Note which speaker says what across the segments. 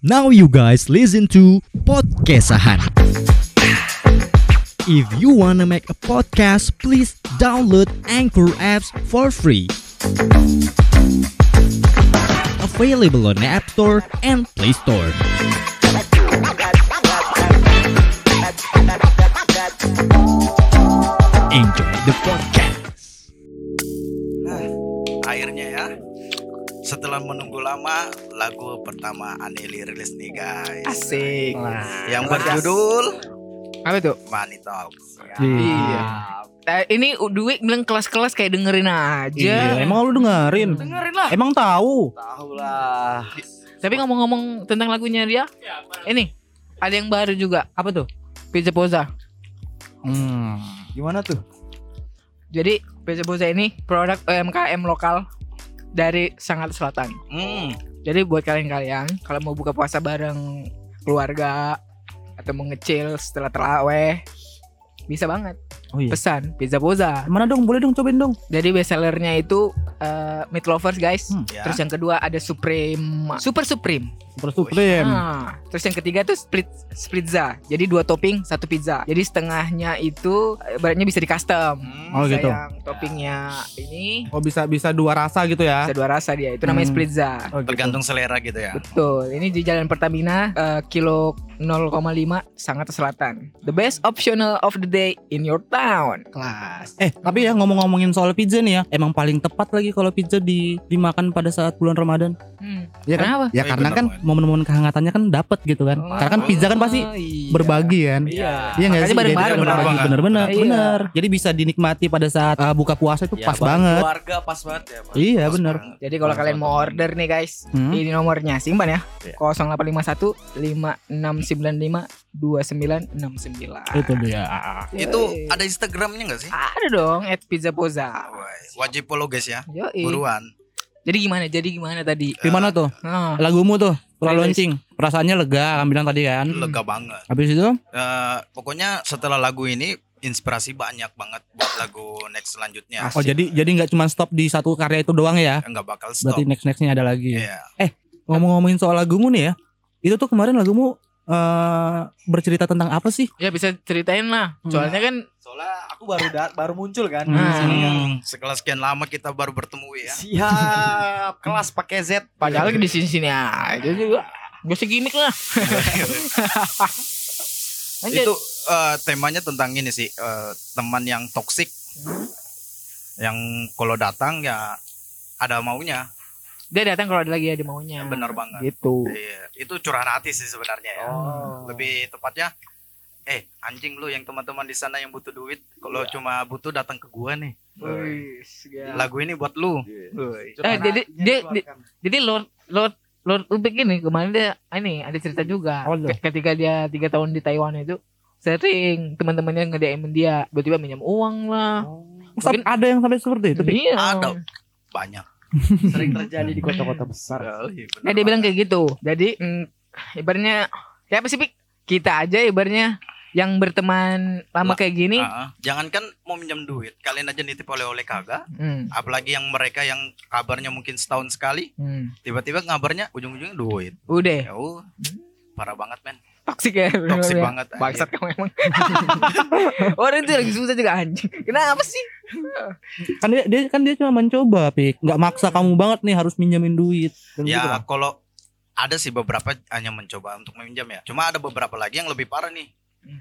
Speaker 1: Now you guys listen to Podcastahan. If you wanna make a podcast, please download Anchor apps for free. Available on App Store and Play Store. Enjoy the podcast.
Speaker 2: Nah, akhirnya ya. Setelah menunggu lama, lagu pertama Aneli rilis nih guys.
Speaker 3: Asik.
Speaker 2: Yang berjudul
Speaker 3: Apa tuh?
Speaker 2: Money Talks.
Speaker 3: Iya. Nah, ini duit bilang kelas-kelas kayak dengerin aja.
Speaker 4: Iya, emang lu dengerin?
Speaker 3: Dengerin lah.
Speaker 4: Emang tahu?
Speaker 2: Tahu lah.
Speaker 3: Tapi ngomong-ngomong tentang lagunya dia, ini ada yang baru juga. Apa tuh? Pizza Poza.
Speaker 4: Hmm. Gimana tuh?
Speaker 3: Jadi Pizza Poza ini produk UMKM lokal dari Sangat Selatan.
Speaker 2: Hmm,
Speaker 3: Jadi buat kalian-kalian kalau mau buka puasa bareng keluarga atau mau ngecil setelah teraweh bisa banget
Speaker 4: Oh iya.
Speaker 3: pesan Pizza Poza.
Speaker 4: Mana dong? Boleh dong cobain dong.
Speaker 3: Jadi bestsellernya itu eh, Meat Lovers guys.
Speaker 4: Hmm.
Speaker 2: ya.
Speaker 3: Terus yang kedua ada Supreme, Super Supreme.
Speaker 4: Super Hmm. Supreme.
Speaker 3: Ah, terus yang ketiga tuh split splitza. Jadi dua topping, satu pizza. Jadi setengahnya itu eh, ibaratnya bisa di custom.
Speaker 2: Hmm,
Speaker 4: Oh
Speaker 3: Bisa
Speaker 4: gitu.
Speaker 3: Yang toppingnya ini
Speaker 4: Oh bisa bisa dua rasa gitu ya?
Speaker 3: bisa dua rasa dia. Itu namanya
Speaker 4: Hmm.
Speaker 3: splitza.
Speaker 4: Oh, gitu.
Speaker 2: Tergantung selera gitu ya.
Speaker 3: Betul. Ini di Jalan Pertamina eh, kilo 0,5 sangat selatan. The best optional of the day in your town. Kelas.
Speaker 4: Eh tapi ya ngomong-ngomongin soal pizza nih ya, emang paling tepat lagi kalau pizza di dimakan pada saat bulan Ramadan.
Speaker 3: Hmm.
Speaker 4: Iya kan?
Speaker 3: Kenapa?
Speaker 4: Ya
Speaker 2: Oh, iya,
Speaker 4: karena
Speaker 2: bener
Speaker 4: kan
Speaker 2: banget.
Speaker 4: momen-momen kehangatannya kan dapat gitu kan. Karena kan pizza kan pasti
Speaker 3: Oh, Ah. iya.
Speaker 4: berbagi kan.
Speaker 3: Iya.
Speaker 4: Iya nggak
Speaker 3: Makanya
Speaker 4: sih?
Speaker 3: bareng-bareng.
Speaker 4: Jadi berbagi,
Speaker 2: banget.
Speaker 4: bener-bener,
Speaker 3: Iya.
Speaker 4: bener. Jadi bisa dinikmati pada saat uh, buka puasa itu pas banget.
Speaker 2: Keluarga pas banget ya. Pak.
Speaker 4: Iya,
Speaker 2: Pas
Speaker 4: bener.
Speaker 2: banget.
Speaker 3: Jadi kalau
Speaker 4: Salah
Speaker 3: kalian
Speaker 4: satu.
Speaker 3: mau order nih guys,
Speaker 4: Hmm.
Speaker 3: ini nomornya simpan ya.
Speaker 2: Iya.
Speaker 3: 0851 5695 2969.
Speaker 4: Itu dia.
Speaker 2: Itu ada Instagramnya nggak sih?
Speaker 3: ada dong at pizza poza.
Speaker 2: Wah, Wajib follow guys ya.
Speaker 3: Yoi.
Speaker 2: Buruan.
Speaker 3: Jadi gimana? Jadi gimana tadi?
Speaker 2: Iya.
Speaker 4: Gimana tuh?
Speaker 3: Nah,
Speaker 4: Lagumu tuh, setelah
Speaker 3: Playlist.
Speaker 4: launching, perasaannya lega, kan bilang tadi kan.
Speaker 2: Lega banget.
Speaker 4: Habis itu
Speaker 2: Eh, pokoknya setelah lagu ini inspirasi banyak banget buat lagu next selanjutnya.
Speaker 4: Oh jadi jadi nggak cuma stop di satu karya itu doang ya?
Speaker 2: nggak bakal stop.
Speaker 4: Berarti next nextnya ada lagi.
Speaker 2: Iya.
Speaker 4: Ngomong-ngomongin soal lagumu nih ya, itu tuh kemarin lagumu eh bercerita tentang apa sih?
Speaker 3: ya bisa ceritain lah. Soalnya kan
Speaker 5: Soalnya aku baru da- baru muncul
Speaker 1: Nah,
Speaker 5: kan.
Speaker 4: Hmm.
Speaker 5: di sini kan.
Speaker 2: Hmm, setelah sekian lama kita baru bertemu ya.
Speaker 5: Siap, kelas pakai Z.
Speaker 3: padahal
Speaker 2: Iya,
Speaker 3: di sini-sini aja juga. Gak usah gimmick lah. Lanjut.
Speaker 2: Itu eh, temanya tentang ini sih eh, teman yang toksik
Speaker 5: Hmm?
Speaker 2: yang kalau datang ya ada maunya.
Speaker 3: Dia datang kalau ada lagi ada
Speaker 5: Ya.
Speaker 3: maunya.
Speaker 2: Benar banget.
Speaker 3: Gitu.
Speaker 2: Iya, itu curahan hati sih sebenarnya ya.
Speaker 3: Oh.
Speaker 2: Lebih tepatnya eh anjing lu yang teman-teman di sana yang butuh duit kalau
Speaker 5: Iya.
Speaker 2: cuma butuh datang ke gua nih. Iya.
Speaker 3: Wih, segala.
Speaker 2: Lagu ini buat lu.
Speaker 5: Iya.
Speaker 3: Eh, jadi dia, di- jadi Lord Lord Lord Ubik ini kemarin dia ini ada cerita juga
Speaker 2: Oh,
Speaker 4: Apa tuh?
Speaker 3: Ke- ketika dia tiga tahun di Taiwan itu sering teman-temannya nge DM dia tiba-tiba minjem uang lah
Speaker 2: Oh,
Speaker 4: Sam-
Speaker 3: Mungkin-
Speaker 4: ada yang sampai seperti itu? Pi?
Speaker 3: Iya.
Speaker 2: Ada. Banyak.
Speaker 5: Oh. sering terjadi di kota-kota besar.
Speaker 3: Nah dia bilang kayak gitu. Jadi mm, ibarnya siapa sih Pik? Kita aja ibarnya yang berteman lama
Speaker 2: Lah,
Speaker 3: kayak gini.
Speaker 2: Ah, ah. jangankan mau minjam duit, kalian aja nitip oleh-oleh kagak,
Speaker 3: Hmm,
Speaker 2: apalagi yang mereka yang kabarnya mungkin setahun sekali
Speaker 3: hmm.
Speaker 2: tiba-tiba ngabarnya ujung-ujungnya duit ya
Speaker 3: Udah
Speaker 2: uh, parah banget men
Speaker 3: toksik ya.
Speaker 2: toksik
Speaker 3: bener-bener.
Speaker 2: banget
Speaker 3: Bangsat kan kamu emang. Orang itu lagi susah juga anjing. Kenapa sih?
Speaker 4: Kan dia, dia- kan dia cuma mencoba, pik. Nggak maksa kamu banget nih harus minjemin duit. Dan gitu
Speaker 2: ya
Speaker 3: kan?
Speaker 4: lah.
Speaker 2: kalau ada sih beberapa hanya mencoba untuk meminjam ya cuma ada beberapa lagi yang lebih parah nih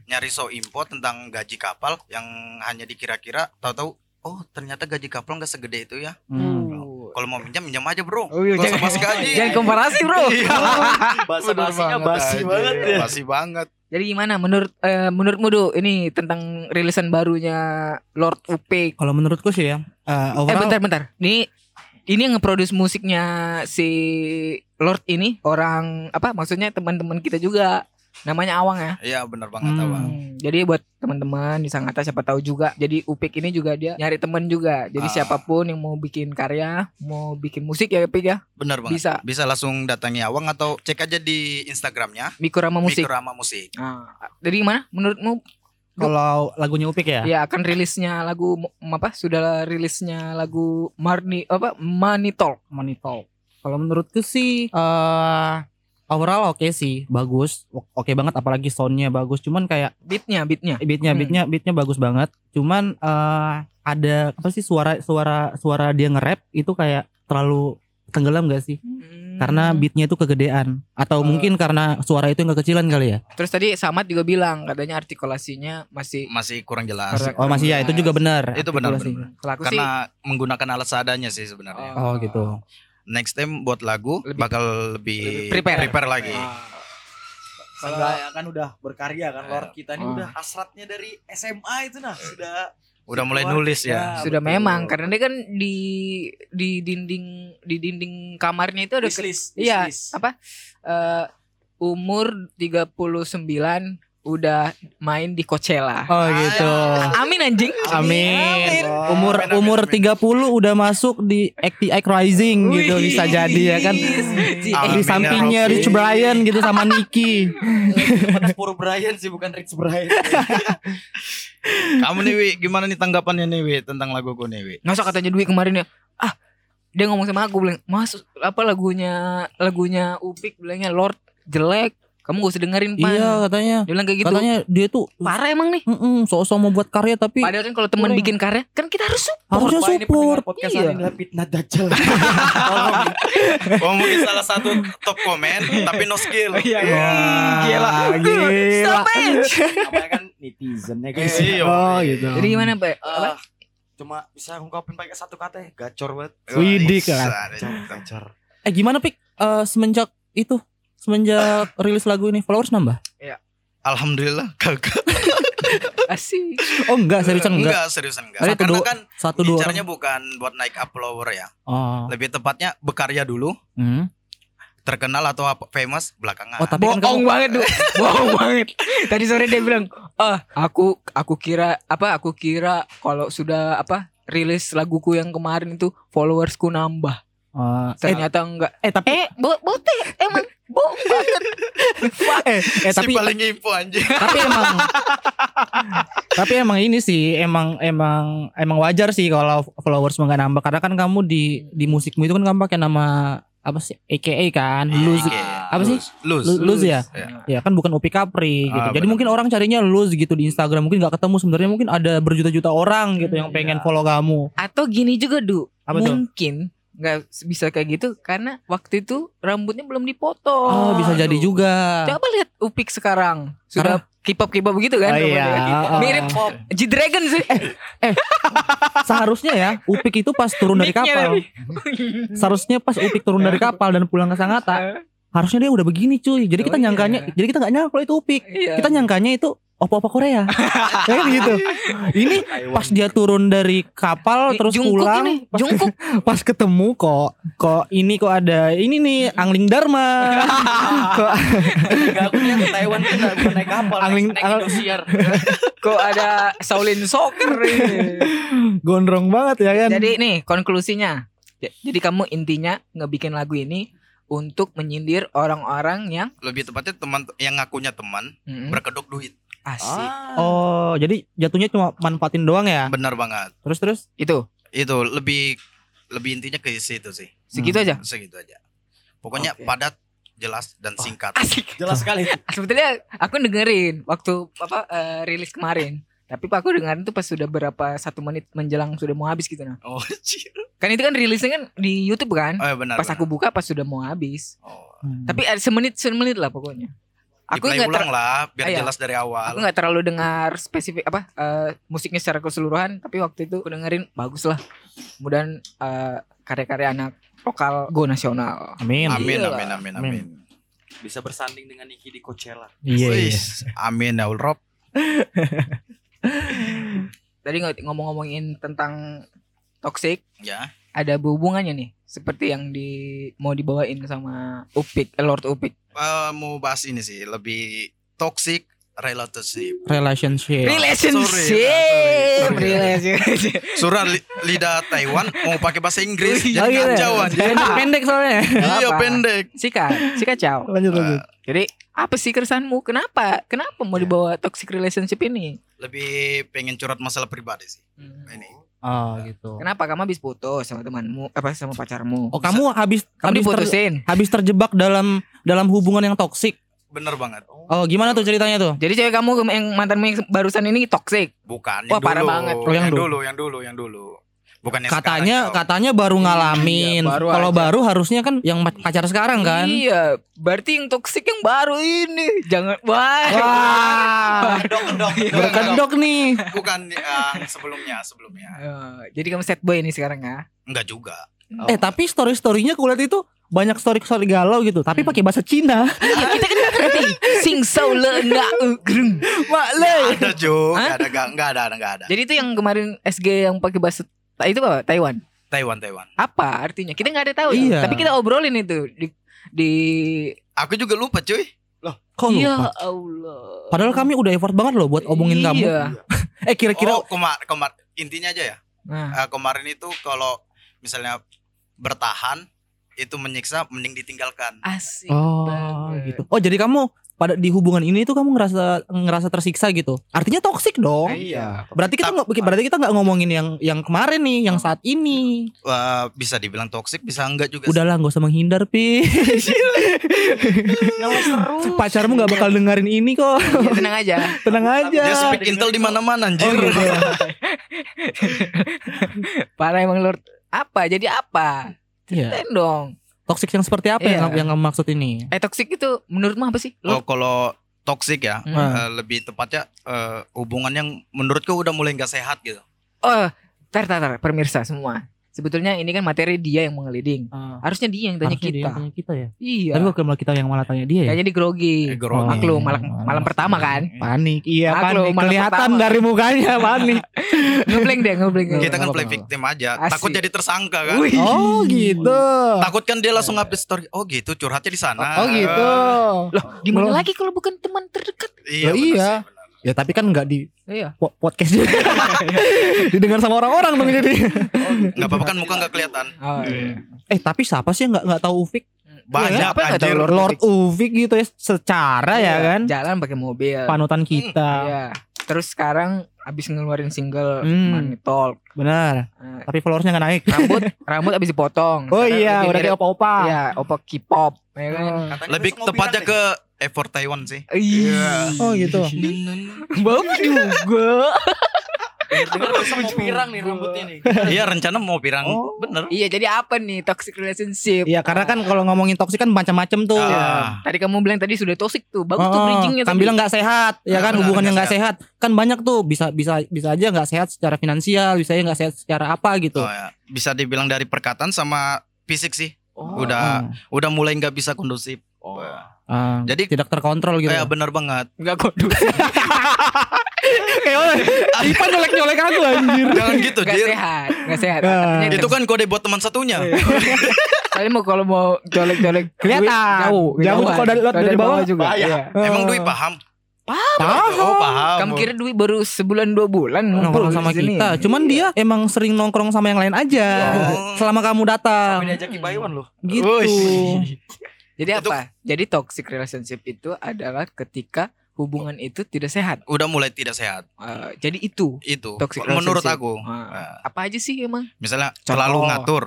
Speaker 2: nyari so info tentang gaji kapal yang hanya dikira-kira tahu-tahu oh ternyata gaji kapal nggak segede itu ya
Speaker 4: Hmm.
Speaker 3: Uh.
Speaker 2: kalau mau minjam minjam aja bro
Speaker 3: Oh, iya,
Speaker 2: Gak usah
Speaker 3: jangan-
Speaker 2: mas gaji
Speaker 3: Jangan komparasi bro.
Speaker 2: Iya.
Speaker 5: Bahasa bahasanya
Speaker 2: Bener
Speaker 5: basi
Speaker 2: anjir,
Speaker 5: banget ya.
Speaker 2: basi banget
Speaker 3: Jadi gimana menurut eh, menurutmu Do ini tentang rilisan barunya Lord Upik?
Speaker 4: Kalau menurutku sih ya, eh,
Speaker 3: Eh
Speaker 4: overall
Speaker 3: bentar bentar. Ini ini yang ngeproduce musiknya si Lord ini orang apa maksudnya teman-teman kita juga. Namanya Awang ya.
Speaker 2: iya bener banget
Speaker 4: Hmm.
Speaker 2: abang
Speaker 3: Hmm, Jadi buat teman-teman di Sangatta siapa tahu juga. Jadi Upik ini juga dia nyari teman juga. Jadi
Speaker 2: Ah.
Speaker 3: siapapun yang mau bikin karya, mau bikin musik ya Upik ya.
Speaker 2: bener banget
Speaker 3: Bisa.
Speaker 2: bisa langsung datangi awang atau cek aja di instagramnya
Speaker 3: Mikorama musik.
Speaker 2: Mikorama musik
Speaker 3: Ah, jadi gimana menurutmu
Speaker 4: kalau lagunya Upik ya,
Speaker 3: ya akan rilisnya lagu m- apa sudah rilisnya lagu Marni apa Manitol
Speaker 4: monitor. Kalau menurutku sih eh overall oke sih bagus O- oke banget apalagi soundnya bagus cuman kayak
Speaker 3: Beatnya, beatnya.
Speaker 4: beatnya
Speaker 3: Hmm.
Speaker 4: beatnya beatnya bagus banget cuman eh, ada apa sih suara suara suara dia nge-rap itu kayak terlalu tenggelam gak sih Hmm. karena beatnya itu kegedean
Speaker 3: Hmm.
Speaker 4: atau
Speaker 3: Eh.
Speaker 4: mungkin karena suara itu yang kekecilan kali ya
Speaker 3: Terus tadi Samad juga bilang katanya artikulasinya masih
Speaker 2: masih kurang jelas
Speaker 3: Karena-
Speaker 4: oh masih ya itu juga benar
Speaker 2: Itu benar,
Speaker 4: Artikulasi.
Speaker 2: benar.
Speaker 3: kalau aku sih
Speaker 2: karena menggunakan alat seadanya sih sebenarnya.
Speaker 4: oh gitu
Speaker 2: Next time buat lagu
Speaker 3: Lebih-
Speaker 2: bakal lebih,
Speaker 3: lebih prepare.
Speaker 2: lagi.
Speaker 4: Ah.
Speaker 5: Seenggaknya kan udah berkarya kan Lord kita ini
Speaker 3: Ah.
Speaker 5: udah hasratnya dari SMA itu nah sudah
Speaker 2: Udah mulai
Speaker 5: Keluar.
Speaker 2: nulis ya.
Speaker 5: Ya,
Speaker 3: sudah
Speaker 5: betul.
Speaker 3: memang karena dia kan di di dinding di dinding kamarnya itu ada ke-
Speaker 5: wishlist,
Speaker 3: iya,
Speaker 5: wishlist.
Speaker 3: apa eh, umur 39 udah main di Coachella.
Speaker 4: oh gitu
Speaker 3: Amin anjing.
Speaker 4: Amin.
Speaker 5: Lord.
Speaker 4: umur
Speaker 2: Amin, amin,
Speaker 4: umur
Speaker 2: amin.
Speaker 4: 30 udah masuk di XTX Rising gitu
Speaker 3: Wih. Ah,
Speaker 4: bisa jadi ya kan
Speaker 3: Si-
Speaker 2: Amin,
Speaker 4: di
Speaker 2: ya
Speaker 4: sampingnya
Speaker 2: Rabbi.
Speaker 4: Rich Brian gitu sama Nicky
Speaker 5: Anak Pur Brian sih bukan Rich Brian.
Speaker 2: Kamu nih Wi, gimana nih tanggapannya nih Wi tentang lagu gue nih Wi?
Speaker 3: Masa katanya Dwi kemarin ya Ah dia ngomong sama aku bilang Mas apa lagunya Lagunya Upik bilangnya Lord jelek Kamu gak usah dengerin pan
Speaker 4: iya katanya
Speaker 3: Dia bilang kayak gitu
Speaker 4: katanya dia tuh
Speaker 3: Parah emang nih
Speaker 4: mm sok-sok mau buat karya tapi
Speaker 3: Padahal kan kalau teman
Speaker 4: Kurang.
Speaker 3: bikin karya Kan kita harus support
Speaker 4: harusnya
Speaker 5: Pak, ini
Speaker 4: support
Speaker 5: pendengar podcast
Speaker 4: Iya.
Speaker 5: hari
Speaker 2: Nah.
Speaker 5: ini adalah fitnah dajjal. Tolong.
Speaker 2: Oh mungkin salah satu top komen tapi no skill.
Speaker 4: Iya.
Speaker 2: Iya.
Speaker 4: Wah,
Speaker 3: Gila. Stop it.
Speaker 5: Apalagi kan netizennya guys.
Speaker 2: Iya.
Speaker 4: oh gitu
Speaker 3: Jadi gimana Pak? Apa?
Speaker 5: Ah, cuma bisa ngungkapin pakai satu kata ya, gacor banget.
Speaker 4: Widih, kan.
Speaker 5: Gacor.
Speaker 4: eh gimana pik Eh, semenjak itu semenjak rilis lagu ini followers nambah
Speaker 2: Alhamdulillah kagak.
Speaker 3: Asik
Speaker 4: oh enggak seriusan enggak
Speaker 2: Enggak, seriusan enggak.
Speaker 4: Ada
Speaker 2: Karena
Speaker 4: kedua-
Speaker 2: kan
Speaker 4: satu dua
Speaker 2: incarnya
Speaker 4: orang
Speaker 2: bukan buat naik up follower ya.
Speaker 4: oh
Speaker 2: Lebih tepatnya bekarya dulu,
Speaker 4: Hmm.
Speaker 2: terkenal atau apa- famous belakangan.
Speaker 4: oh tapi
Speaker 3: Bohong
Speaker 4: kan kamu
Speaker 3: banget tuh Bohong banget Tadi sore dia bilang Ah aku aku kira Apa aku kira Kalau sudah apa Rilis laguku yang kemarin itu Followersku nambah
Speaker 4: Oh, eh,
Speaker 3: Ternyata enggak
Speaker 4: eh tapi
Speaker 3: Eh bo bote Emang bohong banget
Speaker 4: eh, eh,
Speaker 2: si
Speaker 4: tapi
Speaker 2: paling info anjing.
Speaker 4: tapi emang tapi emang ini sih emang emang emang wajar sih kalau followers nggak nambah karena kan kamu di di musikmu itu kan kamu pakai nama apa sih AKA kan lose apa sih?
Speaker 2: Lose.
Speaker 4: Lose, lose ya
Speaker 2: Ya.
Speaker 4: ya kan bukan Upi Capri gitu
Speaker 2: Ah,
Speaker 4: jadi
Speaker 2: benar.
Speaker 4: mungkin orang carinya lose gitu di Instagram mungkin nggak ketemu sebenarnya mungkin ada berjuta-juta orang gitu yang pengen follow kamu
Speaker 3: Atau gini juga Du
Speaker 4: Apa tuh?
Speaker 3: Mungkin nggak bisa kayak gitu Karena waktu itu Rambutnya belum dipotong
Speaker 4: oh, bisa jadi
Speaker 3: Aduh.
Speaker 4: juga
Speaker 3: Coba lihat Upik sekarang Sudah kipap-kipap begitu kan
Speaker 4: Oh, Eh, iya.
Speaker 3: rambutnya. Mirip
Speaker 5: Pop.
Speaker 3: G-Dragon sih
Speaker 4: seharusnya ya Upik itu pas turun dari
Speaker 3: Nicknya
Speaker 4: kapal seharusnya pas Upik turun dari kapal dan pulang ke Sangatta harusnya dia udah begini cuy jadi kita
Speaker 3: Oh, iya.
Speaker 4: nyangkanya jadi kita nggak nyangka kalau itu Upik
Speaker 3: Iya.
Speaker 4: kita nyangkanya itu opo-opo Korea ya kan gitu ini pas dia turun dari kapal
Speaker 3: Eh,
Speaker 4: terus
Speaker 3: Jungkook
Speaker 4: pulang
Speaker 3: ini,
Speaker 4: pas,
Speaker 3: Jungkook
Speaker 4: pas ketemu kok kok ini kok ada ini nih Angling Dharma kok
Speaker 5: Enggak aku lihat ke Taiwan kan nggak- bukan naik kapal,
Speaker 4: Angling-
Speaker 5: naik, naik
Speaker 4: ang-
Speaker 5: Indosiar.
Speaker 3: kok ada Shaolin Soccer ini.
Speaker 4: gondrong banget ya kan
Speaker 3: Jadi nih konklusinya. J- Jadi kamu intinya ngebikin lagu ini untuk menyindir orang-orang yang
Speaker 2: Lebih tepatnya teman yang ngakunya teman
Speaker 3: mm,
Speaker 2: berkedok duit.
Speaker 3: asik.
Speaker 4: oh
Speaker 5: Oh,
Speaker 4: jadi jatuhnya cuma manfaatin doang ya
Speaker 2: Benar banget.
Speaker 4: terus terus
Speaker 3: Itu
Speaker 2: Itu lebih lebih intinya ke situ sih.
Speaker 3: segitu
Speaker 2: Hmm.
Speaker 3: aja.
Speaker 2: Segitu aja. Pokoknya
Speaker 3: Oke.
Speaker 2: padat, jelas dan singkat.
Speaker 3: Asik.
Speaker 5: jelas sekali.
Speaker 3: Sebetulnya aku dengerin waktu apa eh, rilis kemarin. Tapi pak aku dengerin tuh pas sudah berapa satu menit menjelang sudah mau habis gitu nah.
Speaker 2: Oh, cik.
Speaker 3: Kan itu kan rilisnya kan di YouTube kan.
Speaker 2: Oh, ya benar.
Speaker 3: Pas aku buka pas sudah mau habis.
Speaker 2: benar. Oh.
Speaker 4: Hmm.
Speaker 3: Tapi ada semenit semenit lah pokoknya. Aku
Speaker 2: Diplay
Speaker 3: nggak ter-
Speaker 2: ulang lah biar
Speaker 3: Ah, iya.
Speaker 2: jelas dari
Speaker 3: Aku
Speaker 2: awal.
Speaker 3: nggak terlalu dengar spesifik apa eh, musiknya secara keseluruhan, tapi waktu itu aku dengerin bagus lah. Kemudian eh, karya-karya anak lokal go nasional.
Speaker 4: amin
Speaker 2: Amin,
Speaker 3: Iyalah.
Speaker 2: amin, amin, amin.
Speaker 5: Bisa bersanding dengan Niki di Coachella.
Speaker 4: iya iya.
Speaker 2: Wis, Amin ya Rob.
Speaker 3: Tadi nggak- ngomong-ngomongin tentang toxic,
Speaker 2: Ya.
Speaker 3: ada hubungannya nih, seperti yang di mau dibawain sama Upik, eh, Lord Upik.
Speaker 2: Eh, mau bahas ini sih lebih toxic relationship. Iya.
Speaker 4: relationship
Speaker 2: Sorry,
Speaker 3: Relationship,
Speaker 2: sorry.
Speaker 3: relationship.
Speaker 2: Surah li- lidah Taiwan mau pakai bahasa Inggris
Speaker 3: iya,
Speaker 4: Oh,
Speaker 2: jadi
Speaker 4: gitu ya?
Speaker 2: Iya, kacau aja.
Speaker 4: Pendek-
Speaker 3: kan
Speaker 4: pendek soalnya
Speaker 2: Iya
Speaker 3: apa.
Speaker 2: pendek.
Speaker 3: Sikat, sikat ciao.
Speaker 4: lanjut lanjut
Speaker 2: Eh,
Speaker 3: Jadi apa sih keresahanmu? Kenapa?
Speaker 2: Iya.
Speaker 3: Kenapa mau dibawa toxic relationship ini?
Speaker 2: Hmm. lebih pengen curhat masalah pribadi sih Nah, ini.
Speaker 4: Oh gitu.
Speaker 3: Kenapa kamu habis putus sama temanmu apa sama pacarmu?
Speaker 4: Oh kamu habis
Speaker 3: kamu
Speaker 4: habis, ter-
Speaker 3: diputusin.
Speaker 4: habis terjebak dalam dalam hubungan yang toksik.
Speaker 2: Bener banget.
Speaker 4: Oh gimana tuh ceritanya tuh?
Speaker 3: Jadi cewek kamu yang mantanmu yang barusan ini toksik.
Speaker 2: Bukan
Speaker 3: Wah,
Speaker 2: yang
Speaker 3: parah
Speaker 2: dulu.
Speaker 3: banget.
Speaker 4: Oh, yang
Speaker 2: yang,
Speaker 4: dulu.
Speaker 2: dulu, yang dulu, yang dulu. Bukan yang
Speaker 4: Katanya
Speaker 2: sekarang,
Speaker 4: katanya baru ngalamin.
Speaker 5: ya, Iya, baru
Speaker 4: Kalau
Speaker 5: aja.
Speaker 4: baru harusnya kan yang ma- pacar sekarang kan.
Speaker 3: Iya, berarti yang toksik yang baru ini. Jangan wah.
Speaker 4: Wah.
Speaker 2: Kedok, kedok,
Speaker 3: Iya,
Speaker 5: Iya.
Speaker 2: kedok, kedok.
Speaker 4: Berkedok nih.
Speaker 2: Bukan yang sebelumnya, sebelumnya.
Speaker 3: Eh, Jadi kamu set boy ini sekarang ya?
Speaker 2: Enggak juga.
Speaker 5: Oh.
Speaker 4: Eh tapi story-storynya kulihat itu banyak story-story galau gitu, tapi
Speaker 3: Hmm.
Speaker 4: pakai bahasa Cina.
Speaker 3: Iya, kita kan nggak ngerti. Sing so le na e greng.
Speaker 2: Nggak ada Jo,
Speaker 3: Hah?
Speaker 2: enggak ada, enggak, enggak ada, enggak ada.
Speaker 3: Nah, Jadi itu yang kemarin SG yang pakai bahasa Ta- itu apa? Taiwan.
Speaker 2: Taiwan, Taiwan.
Speaker 3: Apa artinya? Kita nggak ada tahu. ya.
Speaker 4: Iya.
Speaker 3: Tapi kita obrolin itu di di
Speaker 2: Aku juga lupa cuy.
Speaker 4: Kok Oh, lupa?
Speaker 3: Ya Allah.
Speaker 4: Padahal kami udah effort banget loh buat omongin kamu.
Speaker 3: Oh. Iya.
Speaker 4: Eh kira-kira
Speaker 2: Oh, kemar, kemar, intinya aja ya.
Speaker 3: Nah,
Speaker 2: Eh, kemarin itu kalau misalnya bertahan itu menyiksa mending ditinggalkan.
Speaker 3: asik
Speaker 4: Oh
Speaker 3: banget.
Speaker 4: gitu. Oh jadi kamu pada di hubungan ini tuh kamu ngerasa ngerasa tersiksa gitu. Artinya toksik
Speaker 2: Oh,
Speaker 4: dong.
Speaker 5: Iya.
Speaker 4: Berarti kita nggak berarti kita nggak ngomongin yang yang kemarin nih, yang saat ini.
Speaker 2: Eh, bisa dibilang toksik, bisa enggak juga. sih.
Speaker 4: Udahlah nggak usah menghindar pi.
Speaker 2: iya.
Speaker 4: Pacarmu nggak bakal dengerin ini kok.
Speaker 3: Iya, tenang aja.
Speaker 4: Tenang aja.
Speaker 2: Dia speak intel di mana-mana anjir.
Speaker 4: Oh, gitu.
Speaker 3: Parah emang Lord. Apa? Jadi apa?
Speaker 4: Iya.
Speaker 3: Ten dong.
Speaker 4: Toksik yang seperti apa yang
Speaker 3: Iya.
Speaker 4: yang kamu maksud ini?
Speaker 3: Eh toxic itu menurutmu apa sih?
Speaker 2: Kalau
Speaker 4: Oh.
Speaker 3: Lord?
Speaker 2: kalau toksik ya,
Speaker 3: Hmm.
Speaker 4: Nah,
Speaker 2: eh, lebih tepatnya eh, hubungan yang menurutku udah mulai nggak sehat gitu.
Speaker 3: Oh, tar tar tar pemirsa semua. Sebetulnya ini kan materi dia yang mengeliding. Harusnya dia yang tanya Ah,
Speaker 4: harusnya dia
Speaker 3: kita.
Speaker 4: yang tanya kita ya.
Speaker 3: Iya.
Speaker 4: Tapi kok malah kita yang malah tanya dia ya?
Speaker 3: Kayaknya di grogi.
Speaker 2: Eh, grogi.
Speaker 3: Maklum malam, malam pertama kan.
Speaker 4: Panik. Iya,
Speaker 3: Aku loh,
Speaker 4: panik.
Speaker 3: malam
Speaker 4: Kelihatan
Speaker 3: pertama.
Speaker 4: dari mukanya panik.
Speaker 3: ngeblank deh, ngeblank.
Speaker 4: Iya,
Speaker 2: Kita kan play
Speaker 4: apa-apa, apa-apa.
Speaker 2: victim aja.
Speaker 3: Asik.
Speaker 2: Takut jadi tersangka kan.
Speaker 3: Wih.
Speaker 4: Oh, gitu.
Speaker 2: Takut kan dia langsung update story. Oh gitu, curhatnya di sana.
Speaker 4: Iya. Oh, gitu.
Speaker 3: Loh, gimana
Speaker 4: Belum.
Speaker 3: lagi kalau bukan teman terdekat?
Speaker 2: Iya.
Speaker 4: Loh,
Speaker 2: benar
Speaker 4: iya.
Speaker 2: sih, benar.
Speaker 4: Ya tapi kan nggak di
Speaker 3: Iya.
Speaker 4: po- podcast juga. Didengar sama orang-orang dong jadi.
Speaker 2: Nggak apa-apa kan muka nggak kelihatan.
Speaker 4: Iya,
Speaker 3: Oh,
Speaker 4: Eh tapi siapa sih yang nggak nggak tahu Ufik?
Speaker 2: Banyak
Speaker 3: Iya, apa yang nggak
Speaker 2: anjir.
Speaker 3: tahu
Speaker 4: Lord, Ufik gitu ya secara ya kan
Speaker 3: Iya. Jalan pakai mobil.
Speaker 4: panutan kita.
Speaker 3: Iya. Terus sekarang abis ngeluarin single
Speaker 4: Hmm.
Speaker 3: Money Talk.
Speaker 4: Benar.
Speaker 3: Eh,
Speaker 4: Tapi followersnya nggak naik.
Speaker 3: rambut rambut abis dipotong.
Speaker 4: Oh
Speaker 3: Sekarang
Speaker 4: iya,
Speaker 3: lebih
Speaker 4: udah
Speaker 3: mirip-
Speaker 4: kayak opa-opa.
Speaker 3: Iya, opo K-pop, ya kan?
Speaker 4: Hmm.
Speaker 5: Katanya
Speaker 2: Lebih
Speaker 5: besok mau
Speaker 2: tepatnya
Speaker 5: pindah
Speaker 2: ke effort Taiwan sih.
Speaker 3: Iya.
Speaker 4: Oh gitu.
Speaker 3: Bapak juga.
Speaker 5: nih. Iya, Dengar besok mau pirang nih rambutnya nih.
Speaker 2: Iya rencana mau pirang bener.
Speaker 3: iya, jadi apa nih toxic relationship?
Speaker 4: Iya karena kan kalau ngomongin toksik kan macam-macam
Speaker 3: Oh,
Speaker 4: tuh.
Speaker 3: iya,
Speaker 2: Ah,
Speaker 3: Tadi kamu bilang tadi sudah toxic tuh. Bagus tuh
Speaker 4: Oh,
Speaker 3: bridgingnya
Speaker 4: kan
Speaker 3: tadi.
Speaker 4: bilang nggak sehat, ya
Speaker 2: Nah,
Speaker 4: kan
Speaker 2: Benar,
Speaker 4: hubungan yang
Speaker 2: nggak
Speaker 4: nggak sehat. kan banyak tuh bisa bisa bisa aja nggak sehat secara finansial, bisa aja nggak sehat secara apa gitu.
Speaker 2: oh ya. Bisa dibilang dari perkataan sama fisik sih.
Speaker 3: Oh.
Speaker 2: Udah udah mulai nggak bisa kondusif.
Speaker 4: Nah, Ah,
Speaker 2: Jadi-
Speaker 4: tidak terkontrol gitu.
Speaker 3: Iya.
Speaker 2: Kayak bener banget.
Speaker 3: Enggak kodus.
Speaker 4: Kayak Ipan nyolek nyolek aku anjir.
Speaker 2: Jangan gitu,
Speaker 3: Enggak
Speaker 2: Jir.
Speaker 3: sehat, Iya. enggak sehat.
Speaker 4: Nah.
Speaker 3: Artinya
Speaker 2: Itu kan kode buat teman satunya.
Speaker 5: kan-
Speaker 3: Kali mau kalau mau colek-colek
Speaker 4: Kelihatan.
Speaker 3: jauh,
Speaker 4: Jauh
Speaker 3: kejauhan.
Speaker 4: kalau dari-
Speaker 3: Kalau
Speaker 4: dari bawah
Speaker 3: juga.
Speaker 5: bahaya.
Speaker 3: Iya.
Speaker 2: Emang Dwi paham?
Speaker 4: Tahu.
Speaker 2: Oh, paham.
Speaker 3: Kamu kira duit baru sebulan dua bulan
Speaker 4: Nongkrong
Speaker 3: ngumpul
Speaker 4: sama
Speaker 3: di sini.
Speaker 4: kita, cuman dia emang sering nongkrong sama yang lain aja.
Speaker 2: Iya.
Speaker 4: Selama kamu datang,
Speaker 5: Sampai diajakin Baywan loh.
Speaker 4: gitu.
Speaker 2: Wush.
Speaker 3: Jadi
Speaker 2: Itu-
Speaker 3: apa? Jadi toxic relationship itu adalah ketika hubungan itu tidak sehat.
Speaker 2: udah mulai tidak sehat.
Speaker 3: Eh, jadi itu
Speaker 2: Itu
Speaker 3: Toxic
Speaker 2: menurut aku.
Speaker 3: relationship. Ah.
Speaker 2: Eh,
Speaker 3: apa aja sih emang?
Speaker 2: Misalnya
Speaker 3: Contoh.
Speaker 2: terlalu ngatur,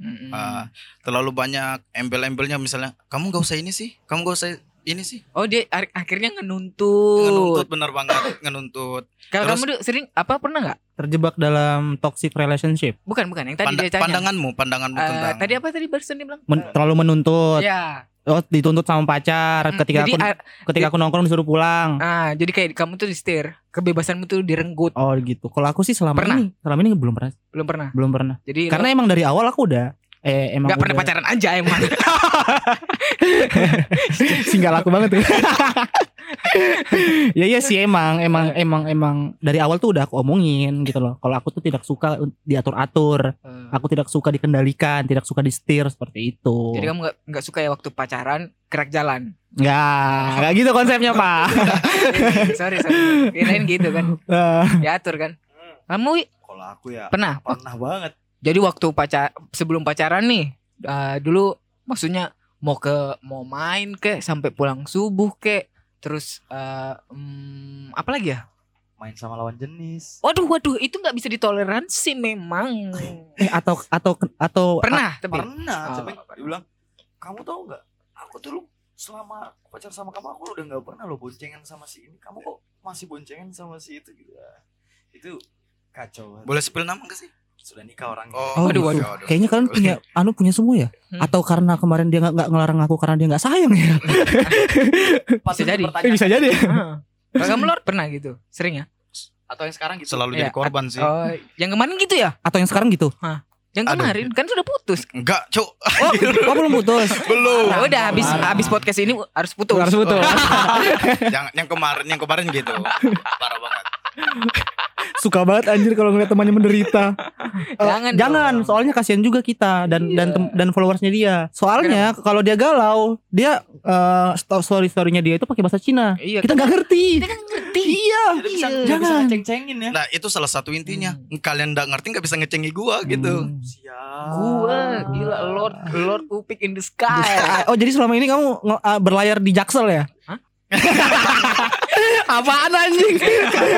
Speaker 3: Mm-mm.
Speaker 2: eh, terlalu banyak embel-embelnya misalnya, kamu gak usah ini sih, kamu gak usah ini sih.
Speaker 3: oh dia ar- akhirnya
Speaker 2: Ngenuntut
Speaker 3: ngenuntut.
Speaker 2: bener banget, ngenuntut. Terus-
Speaker 3: Kalau kamu dulu sering apa pernah nggak?
Speaker 4: Terjebak dalam toxic relationship,
Speaker 3: Bukan bukan yang tadi
Speaker 2: Panda-
Speaker 3: dia tanya.
Speaker 2: pandanganmu, pandanganmu
Speaker 3: Eh,
Speaker 2: tentang
Speaker 3: tadi apa tadi barusan dia bilang?
Speaker 4: Men- terlalu menuntut,
Speaker 3: Ya.
Speaker 4: oh, dituntut sama
Speaker 3: Mm,
Speaker 4: pacar. kan Ketika
Speaker 3: jadi,
Speaker 4: aku
Speaker 3: ah,
Speaker 4: ketika aku nongkrong disuruh pulang.
Speaker 3: ah, jadi kayak kamu tuh di setir, kebebasanmu tuh direnggut.
Speaker 4: Oh gitu. Kalau aku sih selama
Speaker 3: Pernah?
Speaker 4: ini selama ini belum pernah,
Speaker 3: Belum pernah.
Speaker 4: belum pernah.
Speaker 3: Jadi
Speaker 4: Karena emang dari awal aku udah eh
Speaker 3: Iya.
Speaker 4: emang
Speaker 3: nggak pernah
Speaker 4: udah-
Speaker 3: pacaran aja emang.
Speaker 4: singgah laku banget tuh. ya iya sih emang emang
Speaker 3: Iya.
Speaker 4: emang emang dari awal tuh udah aku omongin gitu loh. Kalau aku tuh tidak suka diatur atur,
Speaker 3: Eh,
Speaker 4: aku tidak suka dikendalikan, tidak suka disetir seperti itu.
Speaker 3: Jadi kamu nggak nggak suka ya waktu pacaran kerak jalan.
Speaker 4: Nggak, nggak gitu konsepnya pak.
Speaker 3: sorry sorry. Kirain gitu kan.
Speaker 4: Eh,
Speaker 3: Diatur kan. Kamu Wi,
Speaker 5: Kalau aku ya
Speaker 3: pernah
Speaker 5: pernah banget.
Speaker 3: Jadi waktu pacar sebelum pacaran nih, eh, dulu maksudnya mau ke mau main ke sampai pulang subuh ke, terus eh, mm, apa lagi ya?
Speaker 5: main sama lawan jenis
Speaker 3: Waduh, waduh, itu nggak bisa ditoleransi memang.
Speaker 4: Eh, atau atau atau
Speaker 3: Pernah, tapi
Speaker 5: pernah
Speaker 3: Oh.
Speaker 5: sampai dia bilang kamu tahu nggak aku tuh lu selama pacar sama kamu aku udah nggak pernah lo boncengan sama si ini kamu kok masih boncengan sama si itu gitu Ah, itu kacau banget.
Speaker 2: Boleh spill nama gak sih?
Speaker 5: sudah nikah orangnya
Speaker 4: Oh,
Speaker 3: Waduh,
Speaker 4: gitu.
Speaker 3: waduh.
Speaker 4: Kayaknya kalian punya anu punya semua ya?
Speaker 3: Hmm.
Speaker 4: Atau karena kemarin dia nggak nggak ngelarang aku karena dia nggak sayang ya?
Speaker 5: Patut
Speaker 3: jadi.
Speaker 5: dipertanyakan.
Speaker 4: Eh, jadi.
Speaker 3: Ah. Kalau kamu lor pernah gitu, sering ya?
Speaker 5: atau yang sekarang gitu
Speaker 2: Selalu
Speaker 3: Iya,
Speaker 2: jadi korban sih.
Speaker 3: Oh, yang kemarin gitu ya?
Speaker 4: Atau yang sekarang gitu?
Speaker 3: Yang
Speaker 2: Aduh.
Speaker 3: kemarin kan sudah putus.
Speaker 2: Enggak, Cuk.
Speaker 4: Oh belum putus.
Speaker 2: Belum.
Speaker 3: Ya udah habis
Speaker 5: Parah.
Speaker 3: habis podcast ini harus putus.
Speaker 4: Harus putus.
Speaker 2: yang yang kemarin yang kemarin gitu. Parah banget.
Speaker 4: Suka banget anjir kalau ngeliat temannya menderita. Eh,
Speaker 3: Jangan
Speaker 4: jangan.
Speaker 3: dong. Iya.
Speaker 4: Soalnya kasihan juga kita dan dan tem- dan followersnya dia. Soalnya kalau dia galau, dia story storynya dia itu pakai bahasa Cina.
Speaker 3: Iya.
Speaker 4: Kita nggak ngerti.
Speaker 3: Kita kan ngerti.
Speaker 4: Iya.
Speaker 5: jadi
Speaker 4: Iya.
Speaker 5: bisa nggak bisa
Speaker 4: Jangan.
Speaker 5: ceng-cengin ya
Speaker 2: Nah, itu salah satu intinya.
Speaker 3: Hmm.
Speaker 2: Kalian nggak ngerti nggak bisa ngecengi gua gitu.
Speaker 4: Hmm.
Speaker 5: siap
Speaker 3: Gua gila Lord Lord Upik in the sky.
Speaker 4: Ah, Oh jadi selama ini kamu nge- ah, berlayar di Jaksel ya?
Speaker 3: Hah?
Speaker 4: Apaan anjing?
Speaker 3: tadi,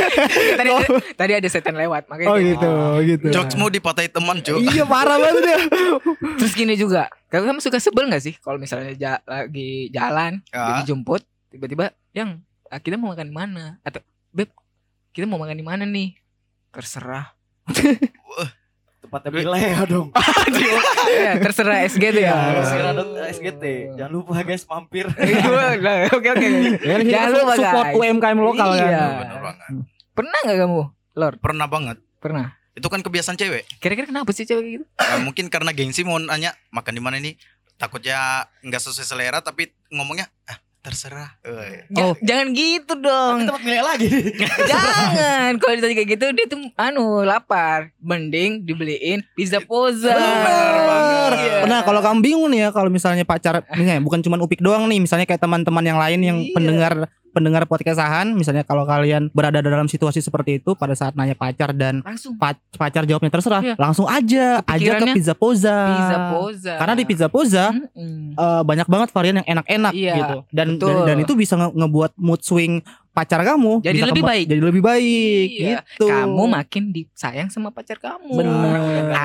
Speaker 3: ada, tadi ada setan lewat makanya.
Speaker 4: Oh gitu, gitu.
Speaker 3: Hmm. Iya.
Speaker 2: Jokesmu dipatahi teman, Cuk.
Speaker 4: Iya parah banget dia.
Speaker 3: Terus gini juga, kamu kamu suka sebel gak sih kalau misalnya ja- lagi jalan,
Speaker 2: Ya.
Speaker 4: Ah.
Speaker 3: lagi jemput, tiba-tiba yang "Ah, kita mau makan di mana? Atau beb, kita mau makan di mana nih? Terserah.
Speaker 5: tempatnya Bilea dong
Speaker 3: ya, terserah SG tuh
Speaker 4: Iya,
Speaker 3: ya.
Speaker 5: Terserah dot SGT jangan lupa guys mampir
Speaker 3: Nah, Oke oke.
Speaker 4: Kan kita
Speaker 3: Jangan lupa,
Speaker 4: support
Speaker 3: guys.
Speaker 4: UMKM lokal
Speaker 3: Iya.
Speaker 4: kan.
Speaker 2: Bener banget.
Speaker 3: Pernah gak kamu?
Speaker 2: Pernah banget.
Speaker 3: Pernah.
Speaker 2: Itu kan kebiasaan cewek.
Speaker 3: Kira-kira kenapa sih cewek gitu?
Speaker 2: Nah, mungkin karena gengsi mau nanya makan di mana nih. Takutnya nggak sesuai selera tapi ngomongnya ah, terserah. Eh,
Speaker 3: Ja-
Speaker 4: Oh.
Speaker 3: Jangan gitu dong.
Speaker 5: Tapi tempat Bilea lagi
Speaker 3: Jangan kalau ditanya kayak gitu dia tuh anu lapar mending dibeliin pizza poza
Speaker 2: Bener banget.
Speaker 3: Iya.
Speaker 4: Pernah kalau kamu bingung nih ya kalau misalnya pacar misalnya bukan cuma Upik doang nih, misalnya kayak teman-teman yang lain yang
Speaker 3: Iya.
Speaker 4: pendengar pendengar podcastahan, misalnya kalau kalian berada dalam situasi seperti itu pada saat nanya pacar dan
Speaker 3: langsung
Speaker 4: pa- pacar jawabnya terserah,
Speaker 3: Iya.
Speaker 4: langsung aja aja ke
Speaker 3: Kepikirannya,
Speaker 4: pizza poza.
Speaker 3: pizza poza
Speaker 4: Karena di pizza poza
Speaker 3: Mm-mm.
Speaker 4: eh, banyak banget varian yang enak-enak
Speaker 3: Iya,
Speaker 4: gitu dan, dan
Speaker 3: betul.
Speaker 4: dan itu bisa nge- ngebuat mood swing pacar kamu
Speaker 3: Jadi
Speaker 4: bisa
Speaker 3: lebih
Speaker 4: kemba-
Speaker 3: baik.
Speaker 4: jadi lebih baik
Speaker 3: Iya.
Speaker 4: gitu
Speaker 3: kamu makin disayang sama pacar kamu
Speaker 4: benar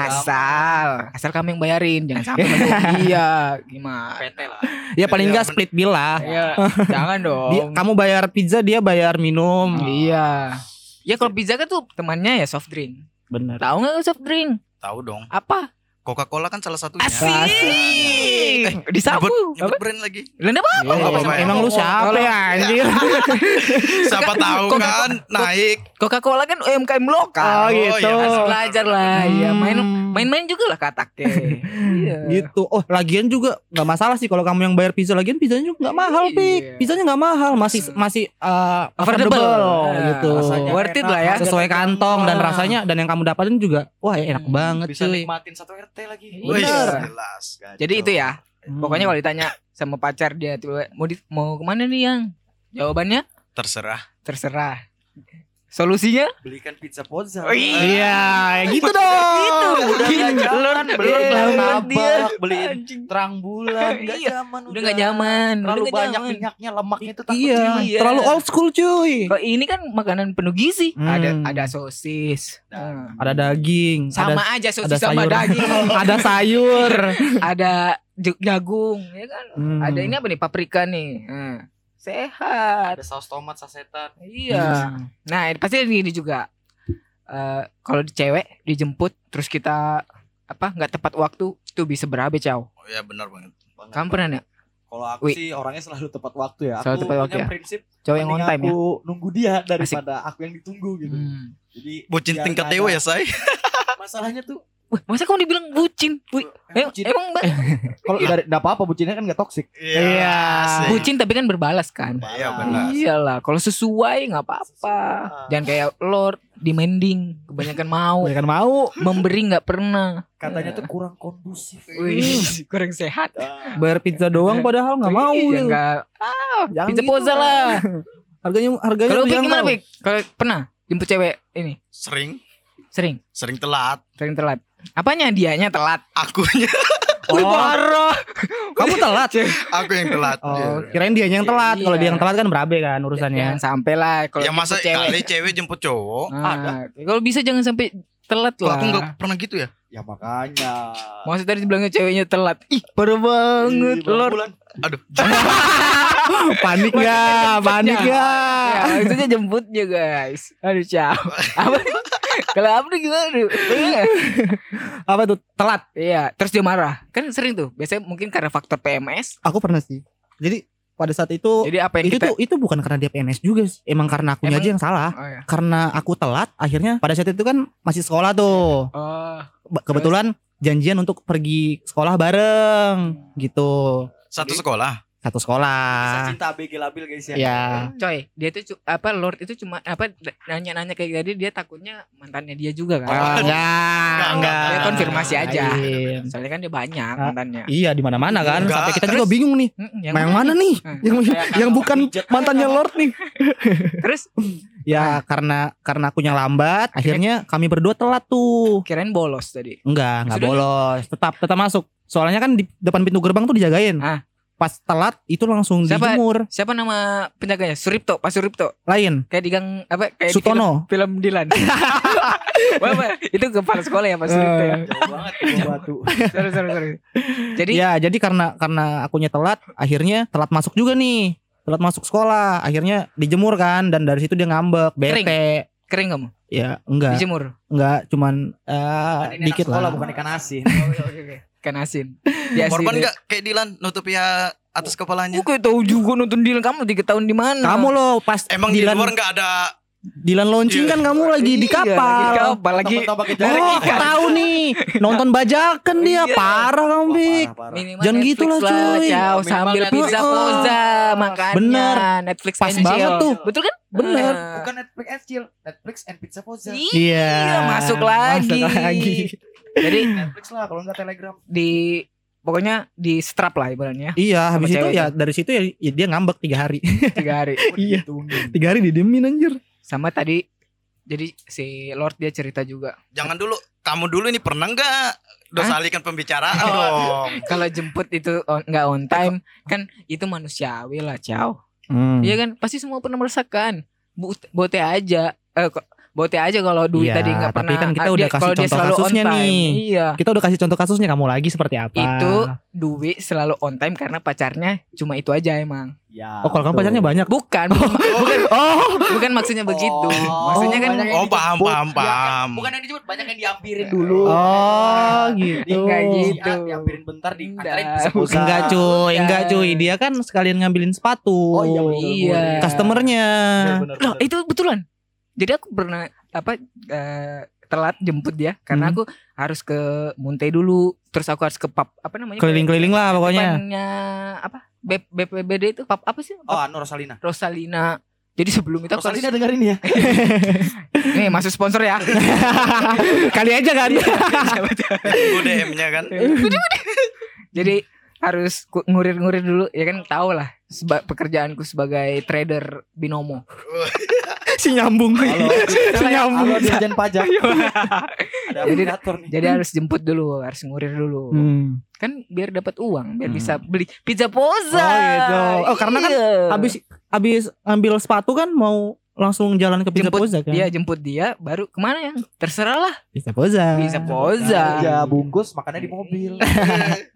Speaker 3: asal asal kamu yang bayarin jangan sampai kamu- iya gimana
Speaker 5: PT lah
Speaker 4: ya paling
Speaker 2: Iya,
Speaker 4: enggak
Speaker 2: bener.
Speaker 4: split bill lah
Speaker 3: ya jangan dong
Speaker 4: Dia- kamu bayar pizza dia bayar minum
Speaker 3: iya ya kalau pizza kan tuh temannya ya soft drink
Speaker 4: benar
Speaker 3: tahu nggak soft drink
Speaker 2: Tahu dong.
Speaker 3: apa
Speaker 2: Coca-Cola kan salah satunya.
Speaker 3: asik disapu
Speaker 2: Nyebut,
Speaker 3: apa
Speaker 2: nyebut brand lagi.
Speaker 3: Lendah apa?
Speaker 2: Iya,
Speaker 3: Apa Iya,
Speaker 2: iya.
Speaker 3: sama-
Speaker 4: emang lu siapa ya anjir
Speaker 2: Siapa tahu
Speaker 3: Coca-
Speaker 2: kan naik.
Speaker 3: Coca-Cola kan UMKM lokal.
Speaker 4: oh gitu
Speaker 2: iya.
Speaker 3: Harus belajar lah, iya main
Speaker 4: Hmm.
Speaker 3: main-main juga lah kataknya. iya.
Speaker 4: gitu oh lagian juga nggak masalah sih kalau kamu yang bayar pizza lagian pizzanya juga nggak mahal
Speaker 3: Iya.
Speaker 4: pik pizzanya nggak mahal masih
Speaker 3: Hmm.
Speaker 4: masih eh,
Speaker 3: Affordable.
Speaker 4: affordable
Speaker 3: Nah,
Speaker 4: gitu
Speaker 5: rasanya
Speaker 3: Worth it lah ya.
Speaker 4: sesuai kantong dan
Speaker 3: Ah.
Speaker 4: rasanya dan yang kamu dapatin juga wah ya enak
Speaker 3: Hmm,
Speaker 4: banget
Speaker 5: bisa
Speaker 4: cuy
Speaker 5: nikmatin satu RT lagi
Speaker 3: Bener.
Speaker 2: Wih, jelas.
Speaker 3: Iya. Jadi itu ya.
Speaker 4: Hmm.
Speaker 3: Pokoknya kalau ditanya sama pacar dia tuh mau di- mau kemana nih yang? Jawabannya
Speaker 2: Terserah.
Speaker 3: terserah. Solusinya?
Speaker 5: belikan pizza pozza
Speaker 4: Iya, ya gitu dong.
Speaker 3: Gitu.
Speaker 5: udah nggak zaman beli
Speaker 3: Iya,
Speaker 5: martabak beli
Speaker 3: Anjing.
Speaker 5: terang bulan nggak
Speaker 3: Iya,
Speaker 5: zaman
Speaker 3: Udah nggak nyaman, udah
Speaker 5: terlalu
Speaker 3: nggak
Speaker 5: banyak
Speaker 3: nyaman.
Speaker 5: minyaknya lemaknya itu takut
Speaker 4: Iya,
Speaker 5: jijik.
Speaker 3: Iya.
Speaker 4: terlalu old school cuy.
Speaker 3: Kalau ini kan makanan penuh gizi.
Speaker 4: Hmm.
Speaker 3: Ada ada sosis. Hmm.
Speaker 4: Ada daging,
Speaker 3: Sama
Speaker 4: ada
Speaker 3: aja sosis
Speaker 4: ada
Speaker 3: sama
Speaker 4: sayur.
Speaker 3: daging.
Speaker 4: ada sayur.
Speaker 3: ada ju- jagung, ya kan?
Speaker 4: Hmm.
Speaker 3: Ada ini apa nih? Paprika nih. Hmm. Sehat.
Speaker 5: ada saus tomat sasetan
Speaker 3: Iya. Nah, ini pasti ada gini juga. Eh kalau di cewek dijemput terus kita apa nggak tepat waktu itu bisa berabe caw.
Speaker 2: Oh, ya benar banget.
Speaker 5: Banget.
Speaker 3: Kamu pernah nggak?
Speaker 5: kalau aku
Speaker 3: Wi.
Speaker 5: sih orangnya selalu tepat waktu ya
Speaker 3: Selalu
Speaker 5: aku
Speaker 3: tepat waktu
Speaker 5: punya
Speaker 3: ya.
Speaker 5: prinsip
Speaker 3: Cowok yang on
Speaker 5: mending
Speaker 3: time ya.
Speaker 5: aku nunggu dia daripada aku yang ditunggu gitu
Speaker 3: Hmm.
Speaker 5: jadi
Speaker 2: Bucin
Speaker 5: biar
Speaker 2: tingkat
Speaker 5: Iya, nggak
Speaker 2: dewa
Speaker 5: ada-
Speaker 2: ya, say.
Speaker 5: masalahnya tuh
Speaker 3: Wah, masa kamu dibilang bucin? Bu- em-
Speaker 5: eh, bucin.
Speaker 3: emang ba-
Speaker 5: kalau
Speaker 3: iya.
Speaker 5: dari enggak apa-apa bucinnya kan enggak toksik
Speaker 4: Iya.
Speaker 2: asik.
Speaker 3: bucin tapi kan berbalas kan?
Speaker 2: Iya, benar.
Speaker 3: Iyalah, kalau sesuai nggak apa-apa.
Speaker 5: Sesuai.
Speaker 3: Jangan kayak Lord demanding, kebanyakan mau,
Speaker 4: Gue kan mau
Speaker 3: memberi nggak pernah.
Speaker 5: katanya tuh kurang kondusif
Speaker 3: Wih, kurang sehat.
Speaker 5: Ah.
Speaker 4: bayar pizza doang padahal nggak mau.
Speaker 3: Iya,
Speaker 4: lu.
Speaker 3: nggak.
Speaker 4: Jangan
Speaker 3: Pizza
Speaker 4: gitu.
Speaker 3: poza lah.
Speaker 4: Harganya harganya
Speaker 3: Kalau
Speaker 4: lu
Speaker 3: Pik
Speaker 4: jangan
Speaker 3: gimana
Speaker 4: mau.
Speaker 3: Pik? Kalau pernah jemput cewek ini
Speaker 2: Sering
Speaker 3: sering
Speaker 2: sering telat
Speaker 3: sering telat. Apanya dianya telat?
Speaker 2: akunya.
Speaker 3: Lu parah.
Speaker 4: Kamu telat.
Speaker 2: Aku yang telat.
Speaker 3: Iya.
Speaker 2: Iya.
Speaker 4: Oh, kirain dia yang telat. Kalau dia yang telat kan berabe kan urusannya.
Speaker 3: Jangan sampai lah kalau
Speaker 2: ya masa
Speaker 3: jemput cewek.
Speaker 2: kali cewek jemput cowok.
Speaker 3: Nah, Kalau bisa jangan sampai telat
Speaker 2: Lah,
Speaker 3: lah.
Speaker 2: aku nggak pernah gitu ya.
Speaker 5: Ya makanya.
Speaker 3: Maksud tadi bilangnya ceweknya telat. Ih, parah banget.
Speaker 5: Ih, berapa
Speaker 3: Lor.
Speaker 5: bulan?
Speaker 2: Aduh.
Speaker 4: Panik nggak? Panik nggak?
Speaker 3: Ya, maksudnya jemputnya guys. Aduh, ciao. Apa? Kalau apa gimana? Du? Iya.
Speaker 4: Apa tuh telat?
Speaker 3: Iya, terus dia marah. Kan sering tuh. Biasanya mungkin karena faktor PMS.
Speaker 4: Aku pernah sih. Jadi pada saat itu
Speaker 3: Jadi apa yang
Speaker 4: itu
Speaker 3: kita
Speaker 4: tuh itu bukan karena dia PNS juga sih. Emang karena akunya
Speaker 3: Emang-
Speaker 4: aja yang salah.
Speaker 3: Oh, iya.
Speaker 4: Karena aku telat, akhirnya pada saat itu kan masih sekolah tuh.
Speaker 3: Oh,
Speaker 4: Ba- Kebetulan janjian untuk pergi sekolah bareng gitu.
Speaker 2: Satu sekolah.
Speaker 4: Satu
Speaker 5: Kisah
Speaker 4: sekolah.
Speaker 5: cinta ABG labil guys ya.
Speaker 4: Ya.
Speaker 3: coy, dia tuh cu- apa Lord itu cuma apa nanya-nanya kayak tadi dia takutnya mantannya dia juga kan.
Speaker 4: Ah, enggak,
Speaker 2: Enggak, enggak,
Speaker 3: Dia
Speaker 2: enggak.
Speaker 3: konfirmasi aja.
Speaker 4: Iya.
Speaker 3: Soalnya kan dia banyak
Speaker 4: Ah.
Speaker 3: mantannya.
Speaker 4: Iya, di mana-mana kan.
Speaker 2: Enggak,
Speaker 4: Sampai kita
Speaker 2: terus?
Speaker 4: juga bingung nih.
Speaker 3: Mm-mm,
Speaker 4: Yang, mana nih?
Speaker 3: Hmm.
Speaker 4: Yang
Speaker 5: Kayak
Speaker 4: yang
Speaker 5: kakak
Speaker 4: bukan
Speaker 5: pijat.
Speaker 4: mantannya Lord nih.
Speaker 3: Terus
Speaker 4: Ya, karena karena akunya lambat, akhirnya kami berdua telat tuh.
Speaker 3: kirain bolos tadi.
Speaker 4: Enggak, enggak
Speaker 3: Sudah.
Speaker 4: bolos. Tetap tetap masuk. Soalnya kan di depan pintu gerbang tuh dijagain.
Speaker 3: Ah.
Speaker 4: Pas telat itu langsung
Speaker 3: Siapa?
Speaker 4: dijemur.
Speaker 3: Siapa nama penjaganya? Suripto, Pak Suripto.
Speaker 4: Lain.
Speaker 3: Kayak di gang apa kayak di
Speaker 4: Sutono.
Speaker 3: film, film Dilan. Apa? itu kepala sekolah ya Pak Suripto ya.
Speaker 5: Jauh banget jauh gitu, batu.
Speaker 3: Sorry, sorry, sorry. Jadi
Speaker 4: Eh. Ya, jadi karena karena akunya telat, akhirnya telat masuk juga nih. Telat masuk sekolah, akhirnya dijemur kan dan dari situ dia ngambek, bete.
Speaker 3: kering kamu
Speaker 4: Ya, enggak.
Speaker 3: dijemur.
Speaker 4: Enggak, cuman eh,
Speaker 5: Kan ini anak
Speaker 4: dikit
Speaker 5: sekolah
Speaker 4: lah.
Speaker 5: bukan ikan asin.
Speaker 3: Oke, oke, oke. Ikan asin. Di asin
Speaker 2: Korban
Speaker 3: ya.
Speaker 2: nggak kayak Dilan nutup ya atas kepalanya.
Speaker 3: Gue tahu juga nonton Dilan kamu tiga tahun di mana?
Speaker 4: Kamu loh pas
Speaker 2: Emang di
Speaker 4: Dilan
Speaker 2: luar nggak ada
Speaker 4: Dilan launching
Speaker 2: Iya.
Speaker 4: kan kamu lagi
Speaker 3: Iya, Lagi
Speaker 4: di
Speaker 3: di
Speaker 4: kapal.
Speaker 3: kapal lagi.
Speaker 5: Tambah-tambah ke jalan.
Speaker 4: Oh, aku
Speaker 5: Parah,
Speaker 4: tahu nih. Nonton bajakan dia
Speaker 3: Iya.
Speaker 4: parah kamu, Bik.
Speaker 5: parah.
Speaker 3: Minimal
Speaker 4: Jangan
Speaker 3: Netflix
Speaker 4: gitu lah, cuy.
Speaker 3: Ciao,
Speaker 5: Minimal
Speaker 3: sambil
Speaker 5: Netflix.
Speaker 3: pizza
Speaker 4: Heeh.
Speaker 3: poza makanya.
Speaker 4: Bener.
Speaker 3: Netflix
Speaker 4: Pas
Speaker 3: and
Speaker 4: banget
Speaker 3: chill.
Speaker 4: tuh.
Speaker 3: Betul kan?
Speaker 4: Bener.
Speaker 3: Nah.
Speaker 5: Bukan Netflix and chill, Netflix and pizza poza.
Speaker 3: Iya.
Speaker 4: Iya,
Speaker 3: masuk lagi.
Speaker 4: Masuk lagi.
Speaker 3: Jadi
Speaker 5: Netflix lah kalau enggak Telegram.
Speaker 3: di pokoknya di strap lah ibaratnya
Speaker 4: Iya, habis itu
Speaker 3: ceweknya.
Speaker 4: ya dari situ ya, ya dia ngambek tiga hari.
Speaker 3: tiga hari.
Speaker 4: Iya.
Speaker 5: Dihitungin.
Speaker 4: tiga hari didiemin anjir.
Speaker 3: Sama tadi jadi si Lord dia cerita juga
Speaker 2: Jangan dulu, kamu dulu ini pernah nggak dosalkan pembicaraan Oh, dong.
Speaker 3: kalau jemput itu on- nggak on time kan itu manusiawi lah ciao
Speaker 4: Hmm.
Speaker 3: Iya kan pasti semua pernah merasakan. Bu- Bote aja. Eh ko- bote aja kalau duit
Speaker 4: Iya,
Speaker 3: tadi nggak
Speaker 4: tapi
Speaker 3: pernah.
Speaker 4: kan kita
Speaker 3: ah,
Speaker 4: udah
Speaker 3: dia-
Speaker 4: kasih
Speaker 3: kalau dia
Speaker 4: contoh
Speaker 3: selalu on
Speaker 4: kasusnya
Speaker 3: time.
Speaker 4: nih.
Speaker 3: Iya.
Speaker 4: Kita udah kasih contoh kasusnya kamu lagi seperti apa.
Speaker 3: Itu duit selalu on time karena pacarnya cuma itu aja emang.
Speaker 5: Ya.
Speaker 4: Oh, kalau kamu
Speaker 5: betul.
Speaker 4: pacarnya banyak.
Speaker 3: Bukan, bukan,
Speaker 4: Oh,
Speaker 3: bukan maksudnya begitu.
Speaker 5: Oh.
Speaker 3: Maksudnya kan
Speaker 5: Banyak yang
Speaker 2: Oh paham
Speaker 5: dijemput.
Speaker 2: paham
Speaker 5: Ya,
Speaker 2: paham.
Speaker 5: Bukan yang dijemput, banyak yang diampirin dulu.
Speaker 4: oh gitu.
Speaker 3: Enggak gitu.
Speaker 5: Ya, Iya, diampirin bentar di
Speaker 3: Enggak.
Speaker 5: antarin pizza poza.
Speaker 4: Enggak cuy, enggak cuy. Dia kan sekalian ngambilin sepatu.
Speaker 5: Oh iya betul.
Speaker 3: Iya.
Speaker 4: Customernya.
Speaker 5: Bener, bener,
Speaker 3: Loh,
Speaker 5: bener.
Speaker 3: itu betulan. Jadi aku pernah apa eh, telat jemput dia karena
Speaker 4: Hmm.
Speaker 3: aku harus ke Muntai dulu, terus aku harus ke pub apa namanya?
Speaker 4: Keliling-keliling lah pokoknya.
Speaker 3: Depannya apa? B- BPBD itu pub apa sih?
Speaker 5: Oh, anu Rosalina.
Speaker 3: Rosalina. Jadi sebelum itu aku
Speaker 5: Rosalina dengerin ya.
Speaker 3: harus- nih masuk sponsor ya.
Speaker 4: Kali aja kan.
Speaker 2: Gue DM-nya kan.
Speaker 3: Jadi harus ku- ngurir-ngurir dulu ya kan tau lah seba- pekerjaanku sebagai trader binomo.
Speaker 4: si nyambung.
Speaker 5: Halo.
Speaker 4: si nyambung.
Speaker 5: Halo, Dirjen Pajak. Ada
Speaker 3: Jadi-
Speaker 5: aplikator nih.
Speaker 3: Jadi harus jemput dulu, harus ngurir dulu.
Speaker 4: Hmm.
Speaker 3: Kan biar dapat uang, biar
Speaker 4: Hmm.
Speaker 3: bisa beli pizza poza.
Speaker 4: Oh, gitu. Oh, karena kan
Speaker 3: Iya.
Speaker 4: Habis habis ambil sepatu kan mau langsung jalan ke Pizza
Speaker 3: Jemput Iya.
Speaker 4: Poza kan?
Speaker 3: dia jemput dia baru kemana ya? Terserah lah.
Speaker 4: Pizza Poza.
Speaker 3: Pizza Poza.
Speaker 4: iya.
Speaker 5: Ya bungkus makannya di mobil.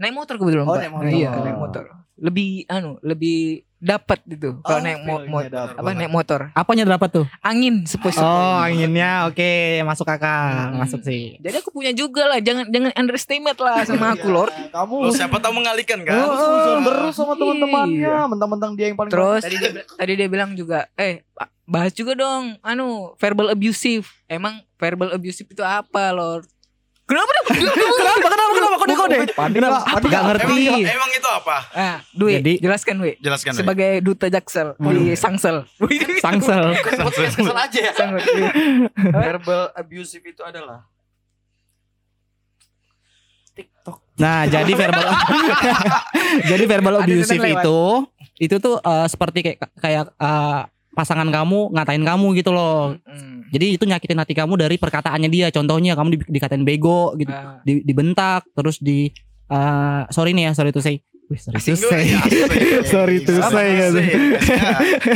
Speaker 3: naik motor kebetulan
Speaker 5: Oh,
Speaker 3: Pak.
Speaker 5: naik motor.
Speaker 3: iya naik motor lebih anu lebih dapat gitu kalau
Speaker 5: Oh,
Speaker 3: naik mo-
Speaker 4: iya,
Speaker 5: feelingnya
Speaker 3: mo-
Speaker 5: dapat.
Speaker 3: apa naik motor
Speaker 4: Apanya dapat tuh?
Speaker 3: angin sepoi
Speaker 4: Oh, anginnya oke, masuk akal,
Speaker 3: Hmm.
Speaker 4: masuk sih.
Speaker 3: jadi aku punya juga lah jangan jangan underestimate lah sama aku lord
Speaker 5: Ya,
Speaker 2: Lo
Speaker 5: Kamu
Speaker 2: siapa tahu mengalihkan
Speaker 5: Kamu
Speaker 2: kan?
Speaker 5: suzon terus sama teman-temannya,
Speaker 3: Iya.
Speaker 5: mentang-mentang dia yang paling
Speaker 3: terus
Speaker 5: Tadi dia bilang,
Speaker 3: tadi dia bilang juga eh Pak, bahas juga dong anu verbal abusive emang verbal abusive itu apa lord kenapa dong
Speaker 4: Kenapa kenapa kenapa kode kode?
Speaker 5: Panik lah,
Speaker 4: Gak
Speaker 5: panik lah.
Speaker 4: ngerti.
Speaker 2: Emang, emang itu apa?
Speaker 3: ah duit
Speaker 4: Jadi- Iya, Hmm.
Speaker 3: jelaskan duit
Speaker 2: Jelaskan. Dwi.
Speaker 3: sebagai duta jaksel di Sangsel
Speaker 4: Sangsel.
Speaker 2: Kan
Speaker 5: podcast kesel aja ya.
Speaker 3: Sangsel.
Speaker 5: Verbal abusive itu adalah TikTok.
Speaker 4: Nah, jadi verbal Jadi verbal
Speaker 3: Ada
Speaker 4: abusive
Speaker 3: setan lewat.
Speaker 4: itu itu tuh eh, seperti kayak kayak eh, pasangan kamu ngatain kamu gitu loh.
Speaker 3: Mm.
Speaker 4: Jadi itu nyakitin hati kamu dari perkataannya dia. Contohnya kamu di- dikatain bego gitu,
Speaker 3: Ah.
Speaker 4: di- dibentak, terus di eh sorry nih ya sorry to say Wih, sorry to
Speaker 2: Single,
Speaker 4: say
Speaker 2: ya, asik.
Speaker 4: Sorry to
Speaker 2: Sama
Speaker 4: say,
Speaker 2: asik. Ya.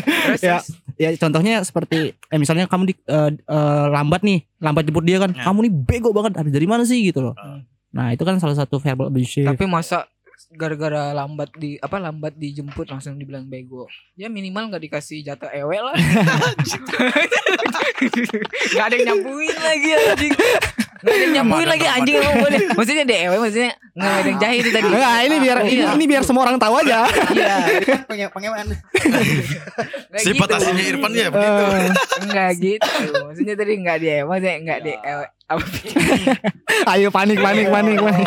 Speaker 3: Terus,
Speaker 4: Ya.
Speaker 3: terus.
Speaker 4: ya contohnya seperti eh, misalnya kamu di eh, eh, lambat nih lambat jemput dia kan
Speaker 2: Ya.
Speaker 4: kamu nih bego banget habis dari mana sih gitu loh
Speaker 2: Hmm.
Speaker 4: nah itu kan salah satu verbal abuse
Speaker 3: Ah. Tapi masa gara-gara lambat di apa lambat dijemput langsung dibilang bego. Ya minimal nggak dikasih jatah ewe lah. gak ada yang nyampuin lagi anjing. Gak ada yang nyampuin
Speaker 2: Mana
Speaker 3: lagi
Speaker 2: tempat.
Speaker 3: anjing emang boleh. Maksudnya ada ewe maksudnya nggak ada yang jahit itu tadi.
Speaker 4: Nah, ini biar ini,
Speaker 3: Ah,
Speaker 4: ini biar semua orang tahu aja.
Speaker 3: Iya.
Speaker 1: Pengen pengeman.
Speaker 3: Nggak
Speaker 2: Sifat
Speaker 3: gitu.
Speaker 2: aslinya Irfan ya begitu.
Speaker 4: Eh,
Speaker 3: Nggak gitu. Maksudnya tadi nggak di ewe, maksudnya nggak di
Speaker 5: Ya.
Speaker 3: ewe. Apa?
Speaker 4: ayo panik panik panik panik.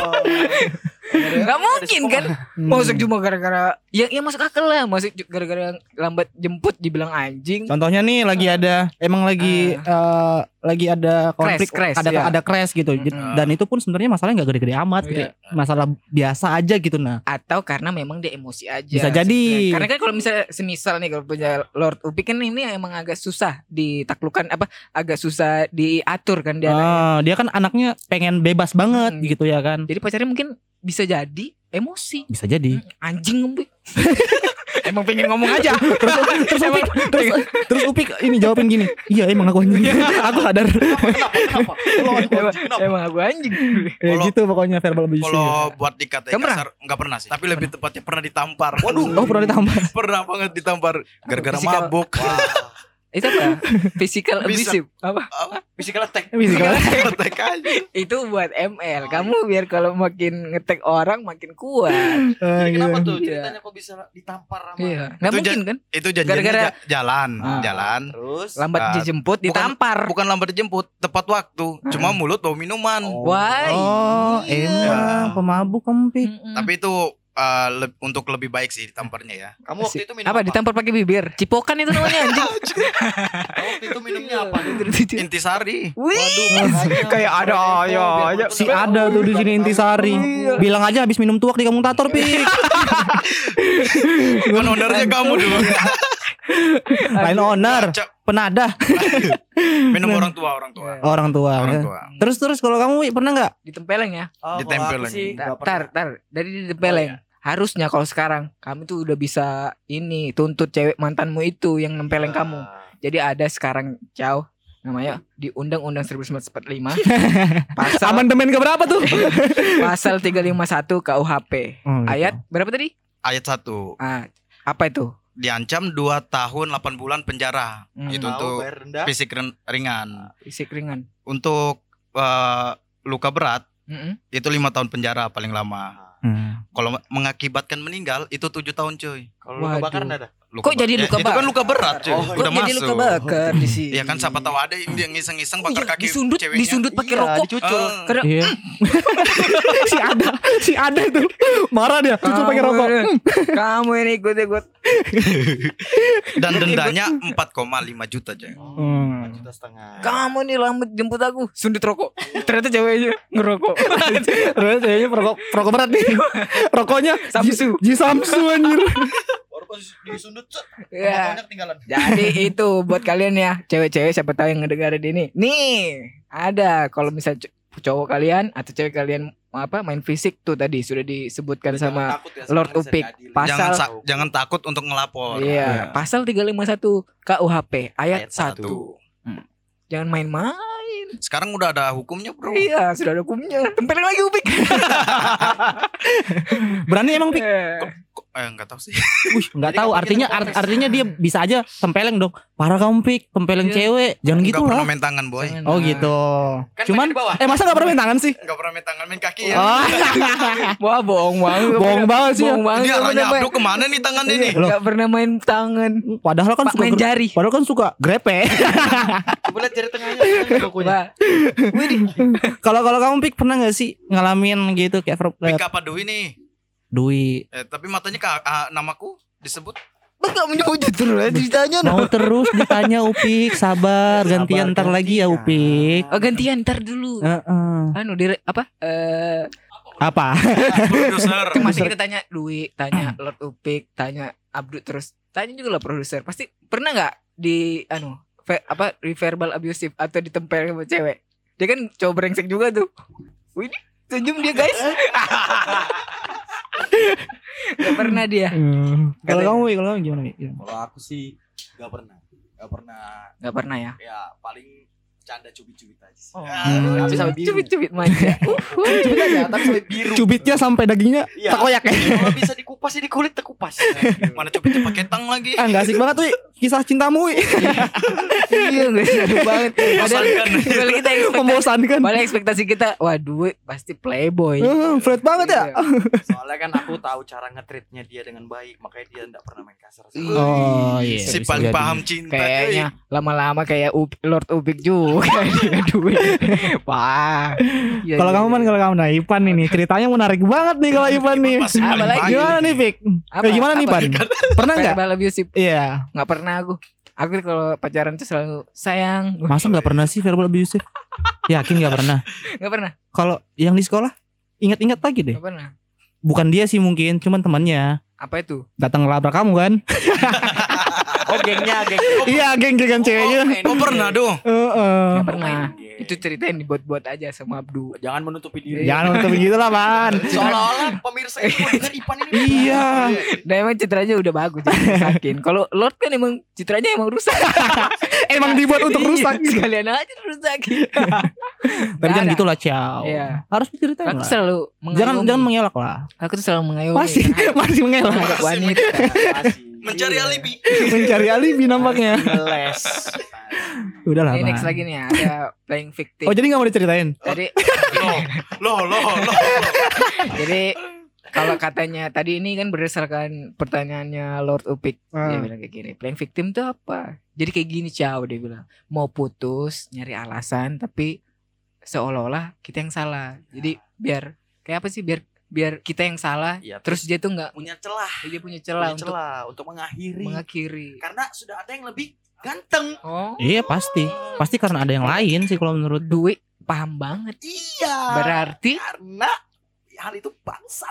Speaker 4: Hmm.
Speaker 3: Nggak mungkin kan?
Speaker 2: Hmm.
Speaker 3: Masuk cuma gara-gara ya, ya masuk akal lah. Masuk ju- gara-gara lambat jemput dibilang anjing.
Speaker 4: Contohnya nih lagi ada emang lagi eh, lagi ada konflik
Speaker 3: Hmm. crash,
Speaker 4: ada
Speaker 3: ya.
Speaker 4: ada crash gitu
Speaker 3: Mm-mm.
Speaker 4: dan itu pun sebenarnya masalahnya nggak gede-gede amat gitu.
Speaker 3: Iya.
Speaker 4: Masalah biasa aja gitu nah.
Speaker 3: atau karena memang dia emosi aja.
Speaker 4: Bisa jadi.
Speaker 3: sebenarnya. Karena kan kalau misalnya semisal nih kalau punya Lord Upi kan ini emang agak susah ditaklukkan apa agak susah diatur kan dia. anaknya.
Speaker 4: Ah, dia kan anaknya pengen bebas banget
Speaker 3: Mm.
Speaker 4: gitu ya kan.
Speaker 3: Jadi pacarnya mungkin bisa jadi emosi.
Speaker 4: Bisa jadi.
Speaker 3: Hmm, Anjing Upi. emang pengen ngomong aja.
Speaker 4: terus Upik terus, terus Upik ini jawabin gini. Iya emang aku anjing. aku sadar.
Speaker 3: emang aku anjing.
Speaker 4: Ya
Speaker 2: Kalau-
Speaker 4: gitu pokoknya verbal abuse.
Speaker 2: Eh, Kalau buat dikatain
Speaker 3: Kamu pernah?
Speaker 2: kasar nggak pernah sih. Tapi lebih tepatnya pernah ditampar.
Speaker 4: Oh pernah ditambah.
Speaker 2: pernah banget ditampar gara-gara
Speaker 3: Physical-
Speaker 2: mabuk.
Speaker 3: Itu apa? Physical
Speaker 2: Bisa.
Speaker 3: abusive. Apa?
Speaker 5: Physical attack.
Speaker 4: Physical.
Speaker 2: Ketek aja.
Speaker 3: Itu buat ML. Kamu biar kalau makin ngetek orang makin kuat.
Speaker 4: Ah,
Speaker 5: Jadi
Speaker 4: gitu.
Speaker 5: kenapa tuh
Speaker 3: Iya.
Speaker 5: ceritanya kok bisa ditampar sama
Speaker 3: Iya. Nggak
Speaker 2: Itu
Speaker 3: mungkin
Speaker 2: ja-
Speaker 3: kan?
Speaker 2: Itu janjiannya
Speaker 3: Gara-gara-
Speaker 2: ja- jalan,
Speaker 3: Ah.
Speaker 2: jalan.
Speaker 5: Terus
Speaker 3: Lambat
Speaker 2: Ah,
Speaker 3: dijemput ditampar.
Speaker 2: Bukan lambat dijemput, tepat waktu. Cuma mulut bawa minuman.
Speaker 3: Why?
Speaker 4: Oh,
Speaker 3: Iya.
Speaker 4: emang pemabuk kempik.
Speaker 3: Mm-mm.
Speaker 2: Tapi itu eh, le- untuk lebih baik sih ditamparnya ya.
Speaker 5: Kamu waktu itu minum
Speaker 3: apa ditampar pakai bibir cipokan itu namanya anjing
Speaker 5: Kamu waktu itu minumnya apa?
Speaker 2: Intisari.
Speaker 3: wih
Speaker 5: Makanya
Speaker 3: Kayak ada, ayo,
Speaker 5: biar aku-
Speaker 3: ayo.
Speaker 5: biar aku
Speaker 4: Si
Speaker 5: tahu.
Speaker 4: ada tuh di sini intisari. Bilang aja habis minum tuak di kampung Tator, Pik.
Speaker 2: Kan ownernya kamu dulu.
Speaker 4: Lain owner,
Speaker 2: Cak,
Speaker 4: penadah
Speaker 2: Minum orang tua, orang tua.
Speaker 3: Oh.
Speaker 4: orang tua. ya.
Speaker 2: Orang tua.
Speaker 4: Terus terus kalau kamu Wi, pernah nggak?
Speaker 3: ditempeleng ya
Speaker 5: Oh,
Speaker 2: Ditempel
Speaker 5: kalau aku
Speaker 2: lagi.
Speaker 5: sih nggak pernah.
Speaker 3: tar tar dari
Speaker 2: Oh, iya.
Speaker 3: ditempeleng harusnya kalau sekarang kamu tuh udah bisa ini tuntut cewek mantanmu itu yang nempeleng kamu jadi ada sekarang cow namanya di undang-undang 1945 pasal
Speaker 4: Amandemen ke berapa tuh?
Speaker 3: pasal 351 KUHP ayat berapa tadi
Speaker 2: Ayat 1
Speaker 3: ah apa itu
Speaker 2: diancam 2 tahun 8 bulan penjara.
Speaker 3: Hmm.
Speaker 2: Itu
Speaker 5: Tahu,
Speaker 2: untuk
Speaker 5: bayar rendah.
Speaker 2: fisik ren- ringan.
Speaker 3: isi keringan
Speaker 2: Untuk eh, luka berat
Speaker 3: Mm-mm.
Speaker 2: itu lima tahun penjara paling lama.
Speaker 4: Hmm.
Speaker 2: Kalau me- mengakibatkan meninggal itu tujuh tahun cuy.
Speaker 5: Kalau lu
Speaker 3: Waduh.
Speaker 5: kebakar enggak ada?
Speaker 2: Luka
Speaker 3: Kok
Speaker 2: ber-
Speaker 3: jadi
Speaker 2: Ya,
Speaker 3: luka
Speaker 2: itu kan
Speaker 3: bakar?
Speaker 2: luka berat cuy.
Speaker 5: Oh,
Speaker 2: Udah
Speaker 3: Kok jadi
Speaker 2: masuk.
Speaker 3: luka bakar di sini
Speaker 2: Ya kan siapa tahu ada yang ngiseng-ngiseng
Speaker 3: Oh,
Speaker 2: bakar
Speaker 3: iya,
Speaker 2: kaki
Speaker 3: disundut
Speaker 2: ceweknya.
Speaker 3: disundut pakai
Speaker 5: Iya,
Speaker 3: rokok
Speaker 5: dicucul.
Speaker 2: Eh,
Speaker 3: Karena
Speaker 4: Iya. si ada, si ada tuh. Marah dia, cucu pakai
Speaker 3: Kamu
Speaker 4: rokok.
Speaker 3: ini- Kamu ini ikut ikut.
Speaker 2: dan
Speaker 3: gitu.
Speaker 2: dendanya 4,5 juta cuy.
Speaker 4: Hmm.
Speaker 5: Empat juta setengah.
Speaker 3: Kamu nih lambat jemput aku. Sundut rokok. Ternyata ceweknya ngerokok.
Speaker 4: Terus kayaknya perokok perokok berat nih. Rokoknya
Speaker 3: Samsu.
Speaker 4: Ji Samsu anjir.
Speaker 5: Baru pas disundut set,
Speaker 3: ya.
Speaker 5: banyak tinggalan.
Speaker 3: Jadi itu buat kalian ya cewek-cewek siapa tahu yang ngedengerin ini. Nih ada kalau misalnya c- cowok kalian atau cewek kalian apa main fisik tuh tadi sudah disebutkan sama
Speaker 5: Jangan takut ya,
Speaker 3: Lord
Speaker 5: semuanya bisa
Speaker 3: Upik.
Speaker 5: diadili.
Speaker 3: Pasal-
Speaker 2: Jangan sa- jangan takut untuk ngelapor.
Speaker 3: Iya, pasal 351 KUHP ayat,
Speaker 5: Ayat satu.
Speaker 3: 1. Jangan main-main.
Speaker 2: Sekarang udah ada hukumnya, Bro.
Speaker 3: Iya, sudah ada hukumnya. Tempelin lagi Upik.
Speaker 4: Berani emang Pik?
Speaker 3: Eh.
Speaker 2: Kok- Eh enggak tahu sih.
Speaker 4: Wih, nggak
Speaker 5: Jadi
Speaker 4: tahu
Speaker 5: kan
Speaker 4: artinya
Speaker 5: kita
Speaker 4: ar-
Speaker 5: protes.
Speaker 4: artinya dia bisa aja tempeleng dong. Parah kamu Pik, tempeleng
Speaker 3: Iya.
Speaker 4: cewek. Jangan
Speaker 2: Enggak
Speaker 4: gitu
Speaker 2: pernah
Speaker 4: lah.
Speaker 2: main tangan, boy.
Speaker 3: Jangan.
Speaker 4: Oh gitu.
Speaker 5: Kan
Speaker 4: Cuman
Speaker 5: di bawah.
Speaker 4: eh masa nggak pernah main tangan sih?
Speaker 2: Enggak pernah main tangan, main kaki ya.
Speaker 4: Oh,
Speaker 3: Wah bohong banget
Speaker 4: bohong banget sih. ya.
Speaker 3: Bohong banget
Speaker 2: Ini
Speaker 3: nggak
Speaker 2: arahnya
Speaker 3: pernah main-
Speaker 2: abduk kemana nih tangannya nih?
Speaker 4: Loh.
Speaker 3: nggak pernah main tangan
Speaker 4: Padahal kan
Speaker 3: Pak
Speaker 4: suka
Speaker 3: main
Speaker 4: ger-
Speaker 3: jari
Speaker 4: padahal kan suka grepe.
Speaker 5: Coba lihat jari tengahnya. tengahnya
Speaker 4: ya.
Speaker 5: kukunya.
Speaker 3: Wah, Widih.
Speaker 4: Kalau kalau kamu Pik pernah nggak sih ngalamin gitu kayak ver-
Speaker 2: Pik
Speaker 4: kayak
Speaker 2: apa Dwi nih?
Speaker 4: Dwi
Speaker 2: Eh, tapi matanya ke ah, namaku disebut.
Speaker 3: Enggak menyebut terus ya, ceritanya no.
Speaker 4: mau terus ditanya Upik sabar gantian ntar lagi ya Upik
Speaker 3: Oh gantian ntar dulu
Speaker 4: Heeh.
Speaker 3: Anu dire apa Eh
Speaker 4: apa
Speaker 2: Produser.
Speaker 3: kan masih kita tanya Dwi
Speaker 4: Ah.
Speaker 3: Tanya Lord Upik Tanya Abdu terus Tanya juga lah produser Pasti pernah nggak Di anu ve- Apa Reverbal abusive Atau ditempel sama cewek Dia kan cowok brengsek juga tuh Widih Senyum dia guys. Gak pernah dia.
Speaker 4: Hmm. Kalau kamu, Wi, kalau kamu gimana nih?
Speaker 5: Kalau aku sih gak pernah. Gak pernah
Speaker 3: Gak pernah ya.
Speaker 5: ya paling canda cubit-cubit aja sih.
Speaker 4: Oh.
Speaker 2: Eh,
Speaker 5: Ah, tapi sampai biru.
Speaker 3: Cubit-cubit manja.
Speaker 5: Cubit aja tapi sampai biru.
Speaker 4: Cubitnya sampai dagingnya
Speaker 5: Iya.
Speaker 4: takoyak ya.
Speaker 5: Kalau bisa dikupas ya di kulit terkupas.
Speaker 2: Mana cubitnya pakai tang lagi?
Speaker 4: Ah, nggak asik banget tuh kisah cintamu, Wi.
Speaker 3: Iya guys, seru banget.
Speaker 2: Bosankan.
Speaker 3: Padahal padahal kita ekspektasi,
Speaker 4: Membosankan.
Speaker 3: padahal ekspektasi kita, waduh pasti playboy.
Speaker 4: Hmm, Flat banget ya.
Speaker 3: Iya.
Speaker 5: Soalnya kan aku tahu cara ngetreatnya dia dengan baik, makanya dia enggak pernah main kasar. sama aku.
Speaker 4: Oh, iya.
Speaker 2: Si
Speaker 4: Bisa
Speaker 2: paling
Speaker 4: jadi.
Speaker 2: paham cinta.
Speaker 3: Kayaknya
Speaker 4: Oh.
Speaker 3: lama-lama kayak Up- Lord Ubik juga dia duit. Wah. Iya,
Speaker 4: Kalau
Speaker 3: iya,
Speaker 4: kamu
Speaker 3: iya.
Speaker 4: man kalau kamu nah Ipan nih, nih ceritanya menarik banget nih
Speaker 2: Iya,
Speaker 4: kalau Ipan nih.
Speaker 2: Masih
Speaker 3: Apa
Speaker 2: paling
Speaker 3: lagi?
Speaker 2: paham.
Speaker 4: Gimana nih, Pik?
Speaker 3: Apa?
Speaker 4: Kayak gimana nih,
Speaker 3: Apa?
Speaker 4: Pan? Pernah nggak?
Speaker 3: Verbal abusive
Speaker 4: Iya.
Speaker 3: nggak pernah aku. Aku kalau pacaran tuh selalu sayang.
Speaker 4: Masa nggak pernah sih verbal abusive? Yakin nggak pernah?
Speaker 3: Nggak pernah.
Speaker 4: Kalau yang di sekolah, ingat-ingat lagi deh.
Speaker 3: Nggak pernah.
Speaker 4: Bukan dia sih mungkin, cuman temannya
Speaker 3: Apa itu?
Speaker 4: datang ngelabrak kamu kan?
Speaker 5: Oh, gengnya, geng.
Speaker 4: Iya, geng gengan ceweknya.
Speaker 2: Oh pernah dong.
Speaker 4: Heeh.
Speaker 3: Nggak pernah.
Speaker 5: Geng.
Speaker 3: Itu cerita yang dibuat-buat aja sama Abdu.
Speaker 5: Iya. jangan menutupi diri.
Speaker 4: Jangan untuk begitu lah, Man.
Speaker 5: Seolah-olah pemirsa itu dengan Ipan ini.
Speaker 4: Iya.
Speaker 3: Nah emang citranya udah bagus jadi rusakin. Kalau Lord kan emang citranya emang rusak.
Speaker 4: Emang dibuat untuk rusak.
Speaker 3: Iya, Sekalian aja gitu. rusakin.
Speaker 4: Tapi jangan
Speaker 3: ada.
Speaker 4: gitu lah, Ciao.
Speaker 3: Iya.
Speaker 4: Harus diceritain
Speaker 3: Aku
Speaker 4: lah.
Speaker 3: selalu Oh,
Speaker 4: Jangan
Speaker 3: mengayomi.
Speaker 4: jangan mengelak lah.
Speaker 3: Aku tuh selalu mengayomi.
Speaker 4: Masih
Speaker 3: terhadap-
Speaker 4: masih mengelak.
Speaker 3: terhadap wanita. Iya.
Speaker 2: Mencari alibi.
Speaker 4: Mencari alibi nampaknya.
Speaker 5: Les.
Speaker 4: Udah lah,
Speaker 3: Nah, Ini
Speaker 4: Man.
Speaker 3: next lagi nih ada playing victim.
Speaker 4: Oh, jadi nggak mau diceritain?
Speaker 3: Jadi
Speaker 2: Loh, loh, loh.
Speaker 3: Jadi kalau katanya tadi ini kan berdasarkan pertanyaannya Lord Upik dia bilang kayak gini, playing victim tuh apa? Jadi kayak gini Cao dia bilang mau putus nyari alasan tapi seolah-olah kita yang salah. Jadi biar kayak apa sih biar biar kita yang salah
Speaker 5: Iya,
Speaker 3: terus dia tuh nggak
Speaker 5: punya celah,
Speaker 3: dia punya
Speaker 5: punya
Speaker 3: celah Kan. untuk
Speaker 5: celah untuk mengakhiri.
Speaker 3: mengakhiri.
Speaker 5: Karena sudah ada yang lebih ganteng.
Speaker 3: Oh,
Speaker 4: Iya pasti, pasti karena ada yang lain sih kalau menurut.
Speaker 3: duit paham banget.
Speaker 5: Iya.
Speaker 3: Ah. Berarti
Speaker 5: Karena hal itu bangsat.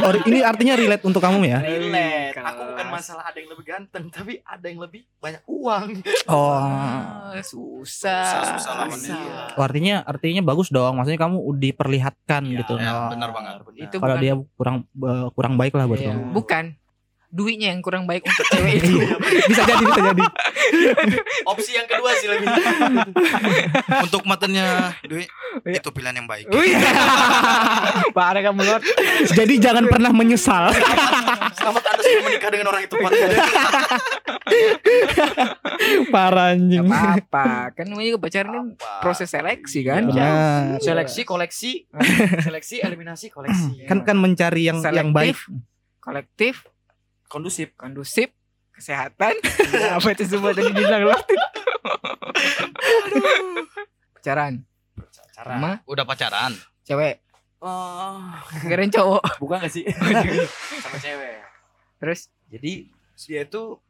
Speaker 4: Oh, ini artinya relate untuk kamu ya?
Speaker 3: Iya,
Speaker 5: Relate.
Speaker 3: kelas.
Speaker 5: Aku bukan masalah ada yang lebih ganteng, tapi ada yang lebih banyak uang.
Speaker 3: Ah, susah.
Speaker 2: Susah-susah lawannya.
Speaker 5: Iya.
Speaker 4: Oh, artinya artinya bagus dong. Maksudnya kamu udah diperlihatkan gitu.
Speaker 2: ya,
Speaker 4: Oh.
Speaker 2: benar banget.
Speaker 3: Itu
Speaker 4: Kalau
Speaker 3: bukan-
Speaker 4: dia kurang eh, kurang baik lah buat
Speaker 3: Iya.
Speaker 4: kamu. Iya.
Speaker 3: Bukan duitnya yang kurang baik untuk cewek itu.
Speaker 4: Bisa jadi, bisa jadi.
Speaker 5: Opsi yang kedua sih lebih.
Speaker 2: Untuk matanya Dwi, itu pilihan yang baik.
Speaker 3: Iya. Wih. Parah kamu Lord.
Speaker 4: jadi jangan pernah menyesal.
Speaker 5: Selamat Anda sudah menikah dengan orang yang tepat.
Speaker 3: Iya.
Speaker 4: Parah
Speaker 3: Gak
Speaker 4: anjing.
Speaker 3: apa-apa. Kan namanya juga pacaran kan
Speaker 5: Apa?
Speaker 3: proses seleksi kan. Jauh.
Speaker 4: Benar.
Speaker 5: seleksi koleksi seleksi eliminasi koleksi
Speaker 4: Kan kan mencari yang yang baik.
Speaker 3: Selektif, Kolektif,
Speaker 5: kondusif
Speaker 3: kondusif, kesehatan. Iya, apa itu semua tadi dibilang Lord. pacaran
Speaker 5: cara
Speaker 3: sama
Speaker 2: Udah pacaran.
Speaker 3: cewek
Speaker 5: oh,
Speaker 3: keren cowok
Speaker 5: bukan gak sih sama cewek
Speaker 3: terus
Speaker 5: jadi dia itu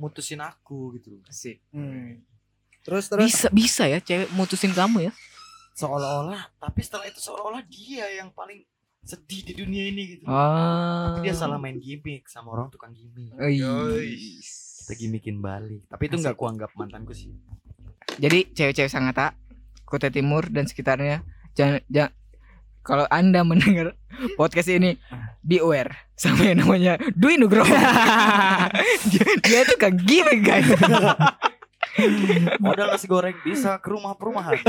Speaker 5: mutusin aku gitu
Speaker 3: sih
Speaker 4: Terus
Speaker 3: bisa bisa ya cewek mutusin kamu ya
Speaker 5: seolah-olah tapi setelah itu seolah-olah dia yang paling sedih di dunia ini gitu
Speaker 3: ah
Speaker 5: dia salah main gimmick sama orang tukang gimmick
Speaker 3: Oh iya. Eis.
Speaker 5: kita gimmikin balik tapi itu nggak kuanggap mantanku sih
Speaker 3: Jadi cewek-cewek Sangatta, Kota Timur dan sekitarnya jangan, jangan kalau Anda mendengar podcast ini be aware sama yang namanya Dwi Nugroho. dia, dia tuh kayak gimmick guys.
Speaker 5: modal nasi goreng bisa ke rumah perumahan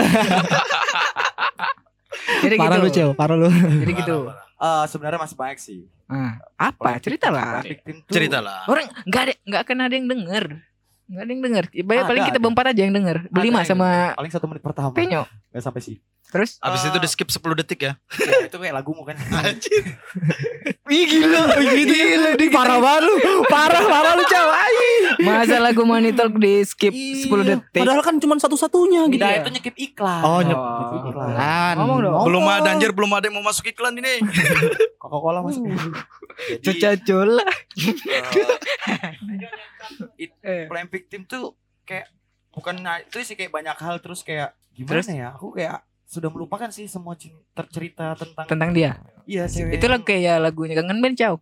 Speaker 3: Jadi
Speaker 4: Parah lu,
Speaker 3: gitu.
Speaker 4: Cel. Parah lu.
Speaker 3: Jadi gitu.
Speaker 5: Eh, sebenarnya masih banyak sih
Speaker 3: Ah, apa? Cerita lah.
Speaker 5: Victim tuh-
Speaker 2: Ceritalah.
Speaker 3: Orang nggak ada nggak akan ada yang denger. Nggak ada yang denger. Ibarat
Speaker 5: Ada,
Speaker 3: paling kita
Speaker 5: ada.
Speaker 3: berempat aja yang denger. Berlima
Speaker 5: yang
Speaker 3: sama
Speaker 5: paling satu menit pertama
Speaker 3: Penyo.
Speaker 5: nggak sampai sih
Speaker 3: Terus
Speaker 2: Abis itu di skip 10 detik ya.
Speaker 5: Ya, itu kayak lagumu kan
Speaker 4: Ih gila,
Speaker 3: Iya,
Speaker 4: gitu Parah banget lu. Parah, parah lu, Cel.
Speaker 3: masa lagu money talk di skip 10
Speaker 4: Iya.
Speaker 3: detik.
Speaker 4: Padahal kan cuma satu-satunya gitu.
Speaker 5: Nah
Speaker 3: Iya.
Speaker 5: itu nyekip iklan
Speaker 4: Oh, nyep.
Speaker 3: Oh.
Speaker 4: Iklan.
Speaker 3: Ngomong dong.
Speaker 2: Belum ada anjir, belum ada yang mau masuk iklan ini.
Speaker 5: Coca Cola masuk Jadi
Speaker 3: Cocol.
Speaker 5: eh, Playing victim tuh kayak Bukan nah, itu sih kayak banyak hal Terus kayak gimana
Speaker 3: Terus?
Speaker 5: ya Aku kayak sudah melupakan sih semua cin- tercerita tentang
Speaker 3: tentang dia.
Speaker 5: iya cewek
Speaker 3: Itu lagu kayak lagunya kangen band Chow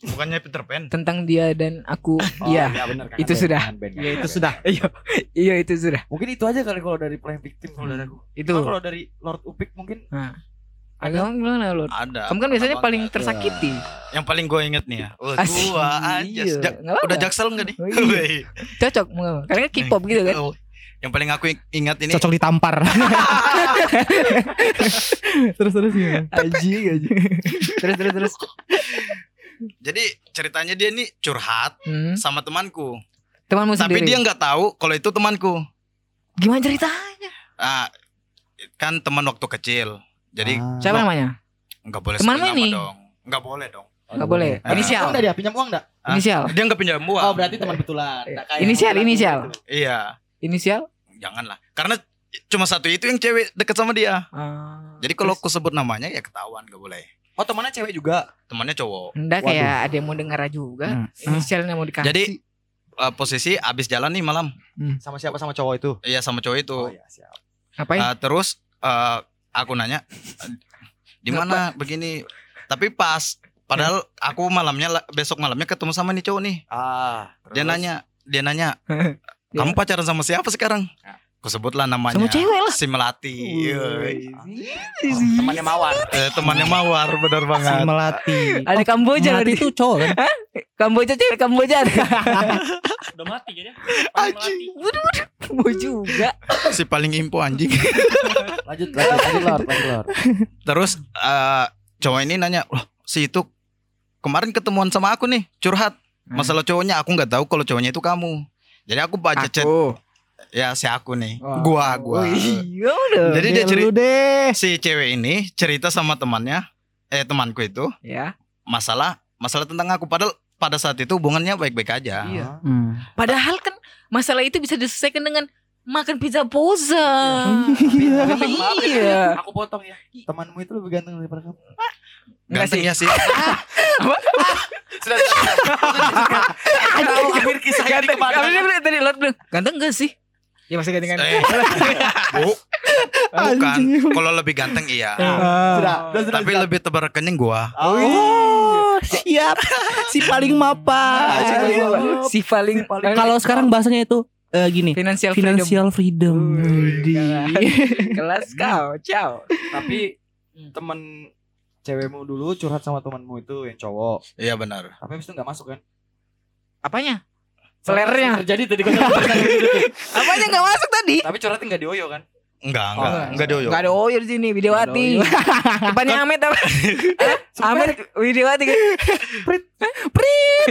Speaker 2: Bukannya Peter Pan.
Speaker 3: tentang dia dan aku.
Speaker 5: Oh,
Speaker 3: Iya,
Speaker 5: iya bener, kan,
Speaker 3: itu
Speaker 5: band,
Speaker 3: sudah.
Speaker 5: kan, band, kan,
Speaker 4: Ya itu
Speaker 5: band.
Speaker 4: sudah.
Speaker 3: iya itu sudah.
Speaker 5: mungkin itu aja kali kalau dari playing victim kalau dari aku
Speaker 3: Itu
Speaker 5: Cuma kalau dari Lord Upik mungkin
Speaker 3: Nah. Ada kamu gimana Lur?
Speaker 2: Ada.
Speaker 3: Kamu kan biasanya
Speaker 2: Kenapa
Speaker 3: paling
Speaker 2: enggak?
Speaker 3: tersakiti.
Speaker 2: Yang paling gue inget nih ya. Wah,
Speaker 3: Asik.
Speaker 2: gua aja.
Speaker 3: Iya,
Speaker 2: sejak-
Speaker 3: nggak apa-apa.
Speaker 2: udah jaksel enggak nih?
Speaker 3: Oh, iya. Cocok mau. Karena kan K-pop gitu kan.
Speaker 2: Oh, Yang paling aku ingat ini
Speaker 4: Cocok ditampar. terus terus ya.
Speaker 3: Aji aji. Terus terus terus.
Speaker 2: Jadi ceritanya dia nih curhat
Speaker 3: Hmm.
Speaker 2: sama temanku.
Speaker 3: Temanmu
Speaker 2: Tapi
Speaker 3: sendiri.
Speaker 2: dia nggak tahu kalau itu temanku.
Speaker 3: Gimana ceritanya?
Speaker 2: Ah, kan teman waktu kecil. Jadi
Speaker 3: Siapa
Speaker 2: Lo-
Speaker 3: namanya?
Speaker 2: nggak boleh
Speaker 3: Temanmu
Speaker 2: sebut nama
Speaker 3: ini?
Speaker 2: dong. Nggak boleh dong.
Speaker 3: Enggak boleh.
Speaker 2: Ah.
Speaker 3: Inisial.
Speaker 6: Uang enggak dia pinjam uang enggak?
Speaker 2: Ah.
Speaker 3: Inisial.
Speaker 2: Dia nggak pinjam uang.
Speaker 6: Oh, berarti teman betulan. Nggak kayak
Speaker 3: Inisial,
Speaker 6: betulan
Speaker 3: inisial.
Speaker 6: gitu.
Speaker 2: Iya,
Speaker 3: Inisial.
Speaker 2: janganlah. Karena cuma satu itu yang cewek deket sama dia.
Speaker 3: Ah,
Speaker 2: Jadi kalau
Speaker 3: terus?
Speaker 2: aku sebut namanya ya ketahuan nggak boleh.
Speaker 6: Oh, temannya cewek juga.
Speaker 2: Temannya cowok.
Speaker 3: Nggak kayak ada yang mau dengar juga. Inisialnya mau dikasih.
Speaker 2: Jadi eh, posisi abis jalan nih malam.
Speaker 6: Sama siapa sama cowok itu?
Speaker 2: Iya sama cowok itu.
Speaker 5: Oh iya siap.
Speaker 3: ngapain?
Speaker 2: Eh, terus eh, aku nanya di mana begini. Tapi pas padahal aku malamnya la- besok malamnya ketemu sama nih cowok nih.
Speaker 5: Ah,
Speaker 2: Dia nanya, dia nanya,
Speaker 3: Dia-
Speaker 2: "Kamu pacaran sama siapa sekarang?" Aku sebutlah namanya.
Speaker 3: Ya. Sama cewek lah.
Speaker 2: Si Melati. Iya.
Speaker 5: temannya Mawar.
Speaker 2: Eh, temannya Mawar benar
Speaker 4: Si
Speaker 2: banget.
Speaker 4: Melati.
Speaker 3: Ada Kamboja
Speaker 4: Melati
Speaker 3: tadi.
Speaker 4: itu cowok kan?
Speaker 3: Kamboja cewek Kamboja.
Speaker 7: Udah mati kayaknya.
Speaker 2: Anjing.
Speaker 7: Paling melati.
Speaker 3: Mau juga.
Speaker 2: si paling impo anjing.
Speaker 6: Lanjut, lanjut, lanjut, Lord, lanjut, Lord.
Speaker 2: Terus eh, cowok ini nanya, "Loh, si itu kemarin ketemuan sama aku nih, curhat
Speaker 3: Hmm.
Speaker 2: masalah cowoknya. Aku nggak tahu kalau cowoknya itu kamu." Jadi aku baca chat
Speaker 3: Aku.
Speaker 2: ya si aku nih.
Speaker 3: Wah.
Speaker 2: Gua, gua.
Speaker 3: Oh, iya udah.
Speaker 2: Jadi dia
Speaker 4: Ya, lu
Speaker 2: cerita
Speaker 4: deh.
Speaker 2: si cewek ini cerita sama temannya eh temanku itu
Speaker 3: Ya.
Speaker 2: masalah masalah tentang aku padahal pada saat itu hubungannya baik-baik aja.
Speaker 5: Ah.
Speaker 3: Iya. Padahal kan masalah itu bisa diselesaikan dengan makan pizza poza.
Speaker 5: Tapi maaf ya,
Speaker 3: Iya.
Speaker 5: Aku potong ya. Temanmu itu lebih ganteng daripada kamu.
Speaker 3: Enggak
Speaker 2: Ganteng
Speaker 3: sih.
Speaker 2: ya sih.
Speaker 5: Sudah. sudah. Tahu akhir kisahnya di kemana?
Speaker 3: Kamu dia bilang tadi Lord bilang, ganteng gak sih? Ya masih ganteng kan.
Speaker 2: Eh, Bu, bukan. Kalau lebih ganteng iya.
Speaker 3: Nah,
Speaker 5: Ah.
Speaker 6: Sudah, sudah, sudah.
Speaker 2: Tapi lebih tebal rekening gua.
Speaker 4: Oh, siap. Si paling mapan.
Speaker 3: Ah, Si paling
Speaker 4: Kalau sekarang bahasanya itu eh, gini,
Speaker 3: financial freedom.
Speaker 4: financial freedom. Iya,
Speaker 3: Wih,
Speaker 4: Di-
Speaker 3: Kelas kau, ciao.
Speaker 5: Tapi temen cewekmu dulu curhat sama temanmu itu yang cowok.
Speaker 2: Iya benar.
Speaker 5: Tapi habis itu enggak masuk kan?
Speaker 3: Apanya? Selernya.
Speaker 5: Terjadi tadi kau bilang gitu.
Speaker 3: Apanya gak masuk tadi?
Speaker 5: Tapi curhatnya enggak dioyo kan?
Speaker 2: Enggak,
Speaker 5: Oh,
Speaker 2: enggak.
Speaker 5: enggak.
Speaker 2: enggak doyo.
Speaker 3: Gak ada oyo di sini, Widewati. Depannya Amit apa? Amit, Widewati. kan? Prit, prit.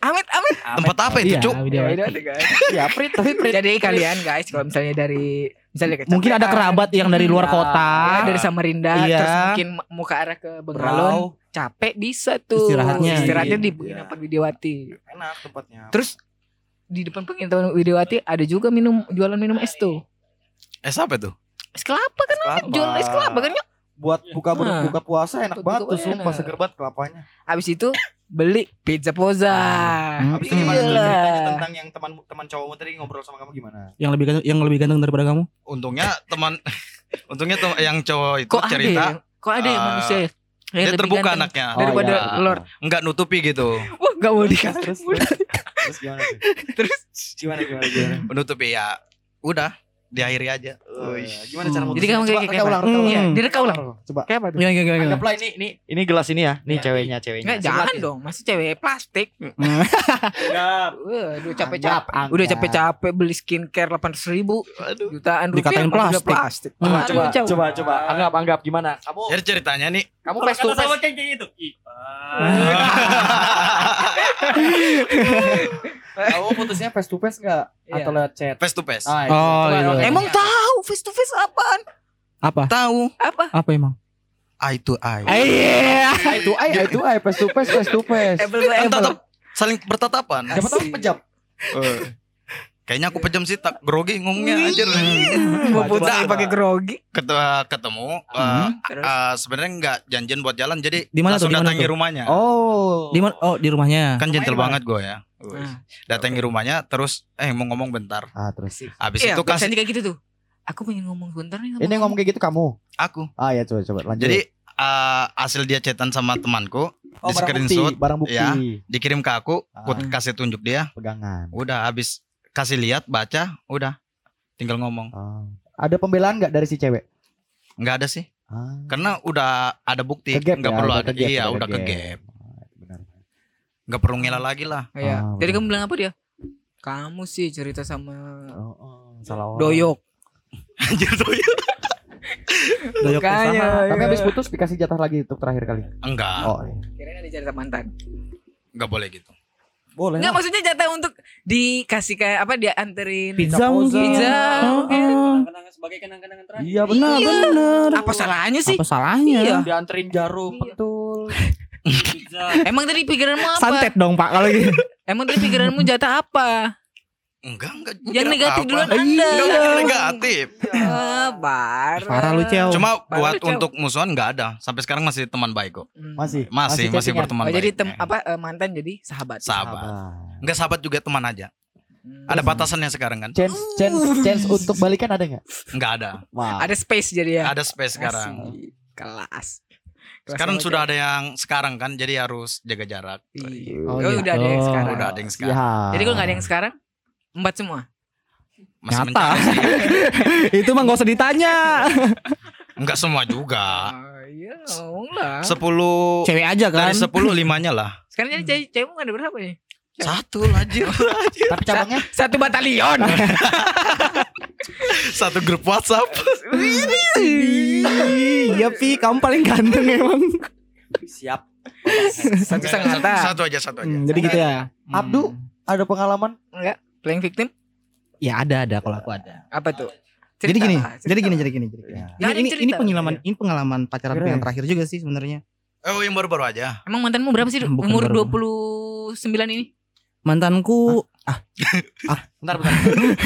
Speaker 3: Amit, Amit.
Speaker 2: Tempat apa itu,
Speaker 4: Iya,
Speaker 2: Cuk?
Speaker 3: Ya,
Speaker 4: video.
Speaker 5: Ya, Prit, tapi
Speaker 3: Jadi kalian guys kalau misalnya dari misalnya kecapean,
Speaker 4: Mungkin ada kerabat yang dari luar
Speaker 3: iya,
Speaker 4: kota.
Speaker 3: iya, dari Samarinda
Speaker 4: Iya.
Speaker 3: terus mungkin mu- muka arah ke Bengalon
Speaker 5: Brau
Speaker 3: capek bisa tuh
Speaker 4: Istirahatnya.
Speaker 3: istirahatnya di
Speaker 5: Iya.
Speaker 3: penginapan Widiawati.
Speaker 5: enak tempatnya.
Speaker 3: Terus di depan penginapan Widiawati ada juga minum jualan minum es tuh.
Speaker 2: Eh, apa itu?
Speaker 3: Es kelapa kan?
Speaker 5: Kelapa.
Speaker 3: Jualan es kelapa kan? Nyok?
Speaker 5: buat buka buka,
Speaker 3: Nah.
Speaker 5: buka puasa enak
Speaker 3: Buka
Speaker 5: banget tuh
Speaker 3: puasa
Speaker 5: sumpah
Speaker 3: enak.
Speaker 5: seger banget kelapanya.
Speaker 3: Abis itu beli pizza poza.
Speaker 5: Habis itu gimana tuh
Speaker 3: Gila.
Speaker 5: ceritanya tentang yang teman teman cowokmu tadi ngobrol sama kamu gimana?
Speaker 4: Yang lebih ganteng, yang lebih ganteng daripada kamu.
Speaker 2: Untungnya teman untungnya tem- yang cowok itu
Speaker 3: Kok ada
Speaker 2: cerita
Speaker 3: yang, kok ada yang
Speaker 2: eh,
Speaker 3: manusia yang
Speaker 2: dia
Speaker 3: lebih
Speaker 2: terbuka
Speaker 3: ganteng?
Speaker 2: anaknya.
Speaker 3: Oh, Daripada
Speaker 5: iya.
Speaker 3: Lord.
Speaker 2: Enggak nutupi gitu.
Speaker 3: Wah gak mau
Speaker 5: Terus,
Speaker 3: dikasih.
Speaker 5: terus, terus, terus gimana tuh?
Speaker 3: Terus
Speaker 5: Gimana gimana gimana?
Speaker 2: Menutupi ya. Udah, diakhiri aja.
Speaker 5: Oh, iya. Gimana cara
Speaker 3: Jadi kamu kayak kayak
Speaker 5: ulang,
Speaker 3: apa?
Speaker 5: rekam
Speaker 3: Iya,
Speaker 5: ulang.
Speaker 3: direkam ulang.
Speaker 5: Coba.
Speaker 3: Kayak apa tuh?
Speaker 4: Gimana, gimana, gimana?
Speaker 5: Anggaplah ini ini ini gelas ini ya. Nih ceweknya ceweknya.
Speaker 3: Enggak jangan dong, masih cewek plastik.
Speaker 5: Anggap.
Speaker 3: Wah, Udah
Speaker 6: Anggap,
Speaker 3: capek-capek.
Speaker 6: anggap.
Speaker 3: Udah capek-capek beli skincare 800 ribu
Speaker 2: Aduh.
Speaker 3: jutaan rupiah.
Speaker 4: Dikatain
Speaker 3: masih udah
Speaker 4: plastik.
Speaker 3: Coba,
Speaker 5: Coba
Speaker 3: coba.
Speaker 5: coba coba anggap anggap gimana? Kamu
Speaker 2: Jadi ceritanya nih
Speaker 3: Kamu
Speaker 7: Kalau
Speaker 3: pes tuh
Speaker 7: kata sama kayak kayak gitu.
Speaker 5: kamu putusnya face to face enggak atau lewat chat?
Speaker 2: face to face.
Speaker 5: Ah,
Speaker 4: Oh, iya.
Speaker 5: oke.
Speaker 3: Emang tahu face to face apaan?
Speaker 4: Apa?
Speaker 2: Tahu
Speaker 3: Apa?
Speaker 4: Apa emang?
Speaker 2: eye to eye.
Speaker 4: Iya.
Speaker 5: Eye to eye, eye to eye, face to face, face to face.
Speaker 3: Apple to
Speaker 2: Kan
Speaker 3: apple.
Speaker 2: tatap saling bertatapan.
Speaker 5: Siapa tahu pejam.
Speaker 2: Kayaknya aku pejam sih tak grogi ngomongnya anjir.
Speaker 3: Mau
Speaker 5: Coba,
Speaker 3: putus
Speaker 5: coba.
Speaker 3: pakai grogi.
Speaker 2: Ketemu, ketemu eh,
Speaker 3: Terus
Speaker 2: eh, sebenarnya nggak janjian buat jalan jadi
Speaker 4: Di mana
Speaker 2: langsung
Speaker 4: tuh, di mana
Speaker 2: datangi
Speaker 4: tuh?
Speaker 2: rumahnya.
Speaker 5: Oh.
Speaker 4: Di mana? Oh, di rumahnya.
Speaker 2: Kan gentle
Speaker 5: Rumahnya
Speaker 2: banget gue ya.
Speaker 3: Nah.
Speaker 2: Datangi rumahnya terus eh mau ngomong bentar.
Speaker 6: Ah, terus.
Speaker 2: Habis
Speaker 3: Iya,
Speaker 2: itu kasih
Speaker 3: biasanya kayak gitu tuh. Aku pengen ngomong bentar nih. sama
Speaker 6: Ini
Speaker 3: kamu.
Speaker 6: ngomong kayak gitu kamu.
Speaker 2: aku.
Speaker 6: Ah, ya coba coba lanjut.
Speaker 2: Jadi eh, hasil dia chatan sama temanku
Speaker 5: Oh,
Speaker 2: di
Speaker 5: barang bukti.
Speaker 2: screenshot
Speaker 6: barang bukti
Speaker 2: ya. dikirim ke aku, aku
Speaker 3: Ah.
Speaker 2: kasih tunjuk dia.
Speaker 6: pegangan.
Speaker 2: Udah habis kasih lihat, baca, udah tinggal ngomong.
Speaker 6: Oh. Ada pembelaan nggak dari si cewek?
Speaker 2: Nggak ada sih.
Speaker 6: Ah,
Speaker 2: Karena udah ada bukti,
Speaker 6: ke-gap
Speaker 2: nggak
Speaker 6: ya,
Speaker 2: perlu
Speaker 6: udah
Speaker 2: ada
Speaker 6: ke-gap,
Speaker 2: iya udah ke
Speaker 6: ke-gap. Ah, benar.
Speaker 2: nggak perlu ngira lagi lah.
Speaker 3: Iya.
Speaker 6: Ah,
Speaker 3: Jadi
Speaker 6: benar.
Speaker 3: kamu bilang apa dia? Kamu sih cerita sama
Speaker 6: Oh, oh, salah orang.
Speaker 3: Doyok.
Speaker 2: Anjir tuh.
Speaker 4: Doyok
Speaker 3: Makanya,
Speaker 4: usaha.
Speaker 6: Tapi
Speaker 3: iya.
Speaker 6: habis putus dikasih jatah lagi untuk terakhir kali.
Speaker 2: Enggak,
Speaker 6: Oh, iya.
Speaker 3: Kirain ada cerita mantan.
Speaker 2: nggak boleh gitu.
Speaker 6: boleh.
Speaker 3: Enggak maksudnya jatah untuk dikasih kayak apa dia anterin
Speaker 4: Pizza
Speaker 6: Pizza
Speaker 4: mungkin.
Speaker 3: Pizza mungkin.
Speaker 4: Heeh.
Speaker 7: Kenangan sebagai kenangan-kenangan terakhir.
Speaker 6: Iya benar
Speaker 3: Iya.
Speaker 6: benar.
Speaker 3: Apa salahnya sih?
Speaker 4: Apa salahnya?
Speaker 3: Iya.
Speaker 6: Dianterin jarum, pentul.
Speaker 7: Pizza.
Speaker 3: Emang tadi pikiranmu apa?
Speaker 4: Santet dong Pak kalau gitu.
Speaker 3: Emang tadi pikiranmu jatah apa?
Speaker 2: Enggak, enggak.
Speaker 3: Yang
Speaker 2: Kira
Speaker 3: negatif
Speaker 2: apa? Iya,
Speaker 3: duluan Iya.
Speaker 2: Enggak,
Speaker 3: Anda.
Speaker 2: enggak negatif.
Speaker 3: Ah, parah.
Speaker 4: Parah lu,
Speaker 6: Oh,
Speaker 4: Cel.
Speaker 2: Cuma
Speaker 3: Baru
Speaker 2: buat
Speaker 3: jauh.
Speaker 2: untuk musuhan nggak ada. Sampai sekarang masih teman baik kok.
Speaker 3: Hmm.
Speaker 6: Masih. ya?
Speaker 2: Masih masih,
Speaker 6: chattingan.
Speaker 2: berteman
Speaker 3: Oh,
Speaker 2: baik.
Speaker 3: jadi tem apa eh, mantan jadi sahabat.
Speaker 2: sahabat. Enggak sahabat juga teman aja.
Speaker 3: Hmm.
Speaker 2: Ada batasannya sekarang kan?
Speaker 6: Chance, chance, chance untuk balikan ada nggak?
Speaker 2: Enggak ada.
Speaker 6: Wah.
Speaker 3: ada space jadi ya.
Speaker 2: Ada space sekarang.
Speaker 3: Asik. Kelas. Kelas
Speaker 2: Sekarang
Speaker 3: sama
Speaker 2: sudah
Speaker 3: cewek.
Speaker 2: ada yang sekarang kan, jadi harus jaga jarak.
Speaker 3: Iya.
Speaker 6: Oh,
Speaker 3: Oh,
Speaker 6: iya.
Speaker 3: udah ada yang
Speaker 4: Oh,
Speaker 3: sekarang.
Speaker 2: Udah ada yang sekarang.
Speaker 6: Ya.
Speaker 3: Jadi kalau nggak ada yang sekarang, empat semua.
Speaker 2: Masih
Speaker 4: Nyata.
Speaker 2: mencari sih.
Speaker 4: Itu mah gak usah ditanya.
Speaker 2: Enggak semua juga.
Speaker 3: Ah, iya, ngomong lah.
Speaker 2: Sepuluh
Speaker 4: Cewek aja kan.
Speaker 2: dari sepuluh limanya lah.
Speaker 3: Sekarang jadi cewek cewekmu ada berapa nih?
Speaker 2: Satu lajir
Speaker 6: Tapi cabangnya
Speaker 3: Satu batalion.
Speaker 2: Satu grup WhatsApp.
Speaker 4: Iya Pi, kamu paling ganteng emang.
Speaker 5: Siap.
Speaker 3: Satu sengata.
Speaker 2: Satu aja, satu aja.
Speaker 4: Hmm, jadi gitu ya. Hmm.
Speaker 6: Abdu? ada pengalaman
Speaker 3: Playing victim
Speaker 4: Ya ada ada kalau aku ada.
Speaker 3: apa tuh?
Speaker 4: Jadi
Speaker 3: Cerita
Speaker 4: gini,
Speaker 3: lah, cerita
Speaker 4: jadi gini,
Speaker 3: lah.
Speaker 4: jadi gini, jadi gini.
Speaker 6: Ya.
Speaker 3: Nggak ada
Speaker 4: Ini, ini,
Speaker 3: yang
Speaker 4: ini
Speaker 3: cerita. iya.
Speaker 4: pengalaman, ini pengalaman pacaran
Speaker 6: Keren.
Speaker 4: aku yang terakhir juga sih sebenarnya.
Speaker 3: Hmm.
Speaker 2: Oh, yang baru-baru aja.
Speaker 3: Emang mantanmu berapa sih?
Speaker 4: Bukan
Speaker 3: Umur
Speaker 4: baru.
Speaker 3: 29 ini?
Speaker 4: Mantanku
Speaker 6: Bentar, bentar. Ini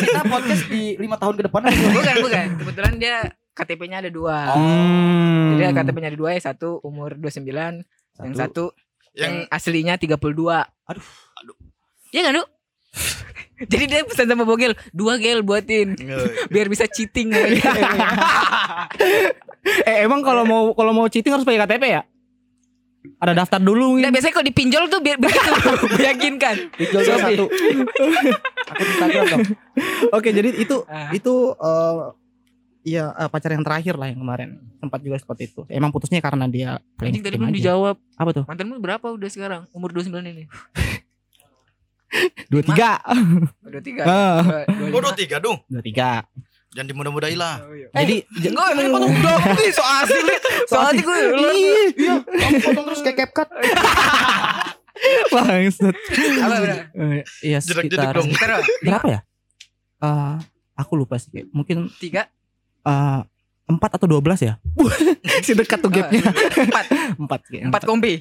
Speaker 6: kita podcast di lima tahun ke depan.
Speaker 3: bukan, bukan. Kebetulan dia KTP-nya ada dua.
Speaker 4: Hmm.
Speaker 3: Jadi KTP-nya ada dua ya, satu umur 29, yang satu yang
Speaker 2: Yang
Speaker 3: aslinya 32.
Speaker 6: Aduh.
Speaker 2: Aduh.
Speaker 3: Iya kan, Duk? Jadi dia pesan sama Bogel, dua gel buatin biar bisa cheating.
Speaker 4: Eh emang kalau mau kalau mau cheating harus pakai KTP ya? Ada daftar dulu
Speaker 3: Nah,
Speaker 4: mungkin.
Speaker 3: biasanya kok dipinjol tuh biar begitu meyakinkan.
Speaker 6: Dijual dong
Speaker 4: Sorry.
Speaker 6: satu. Aku Instagram dong.
Speaker 4: Oke, jadi itu
Speaker 3: Ah.
Speaker 4: itu eh, Iya eh, pacar yang terakhir lah yang kemarin sempat juga seperti itu. Emang putusnya karena dia
Speaker 3: Anjing tadi
Speaker 4: victim
Speaker 3: belum
Speaker 4: aja.
Speaker 3: dijawab.
Speaker 4: Apa tuh?
Speaker 3: Mantanmu berapa udah sekarang? Umur 29 ini.
Speaker 4: Dua tiga.
Speaker 3: Udah tiga.
Speaker 4: Ah.
Speaker 3: Dua, dua
Speaker 2: Oh,
Speaker 3: lima.
Speaker 2: dua tiga dong.
Speaker 4: Dua tiga.
Speaker 2: Jangan dimudah-mudahin lah.
Speaker 3: Oh, iya.
Speaker 4: Jadi
Speaker 3: Eh, enggak emang potong dong. Ih, so asli. So asli gue.
Speaker 4: Ih,
Speaker 6: Iya, Kamu potong terus kayak CapCut.
Speaker 4: bangsat.
Speaker 3: Apa bener?
Speaker 4: Eh, Iya
Speaker 2: Jedek-jedek
Speaker 4: sekitar
Speaker 2: dong.
Speaker 3: Sekitar berapa?
Speaker 4: berapa ya? Eh, aku lupa sih. kayak Mungkin
Speaker 3: Tiga.
Speaker 4: eh, empat atau dua belas ya? si dekat tuh Oh, gapnya.
Speaker 3: Empat.
Speaker 4: Empat. kayaknya.
Speaker 3: Ah. eh, Empat kompi.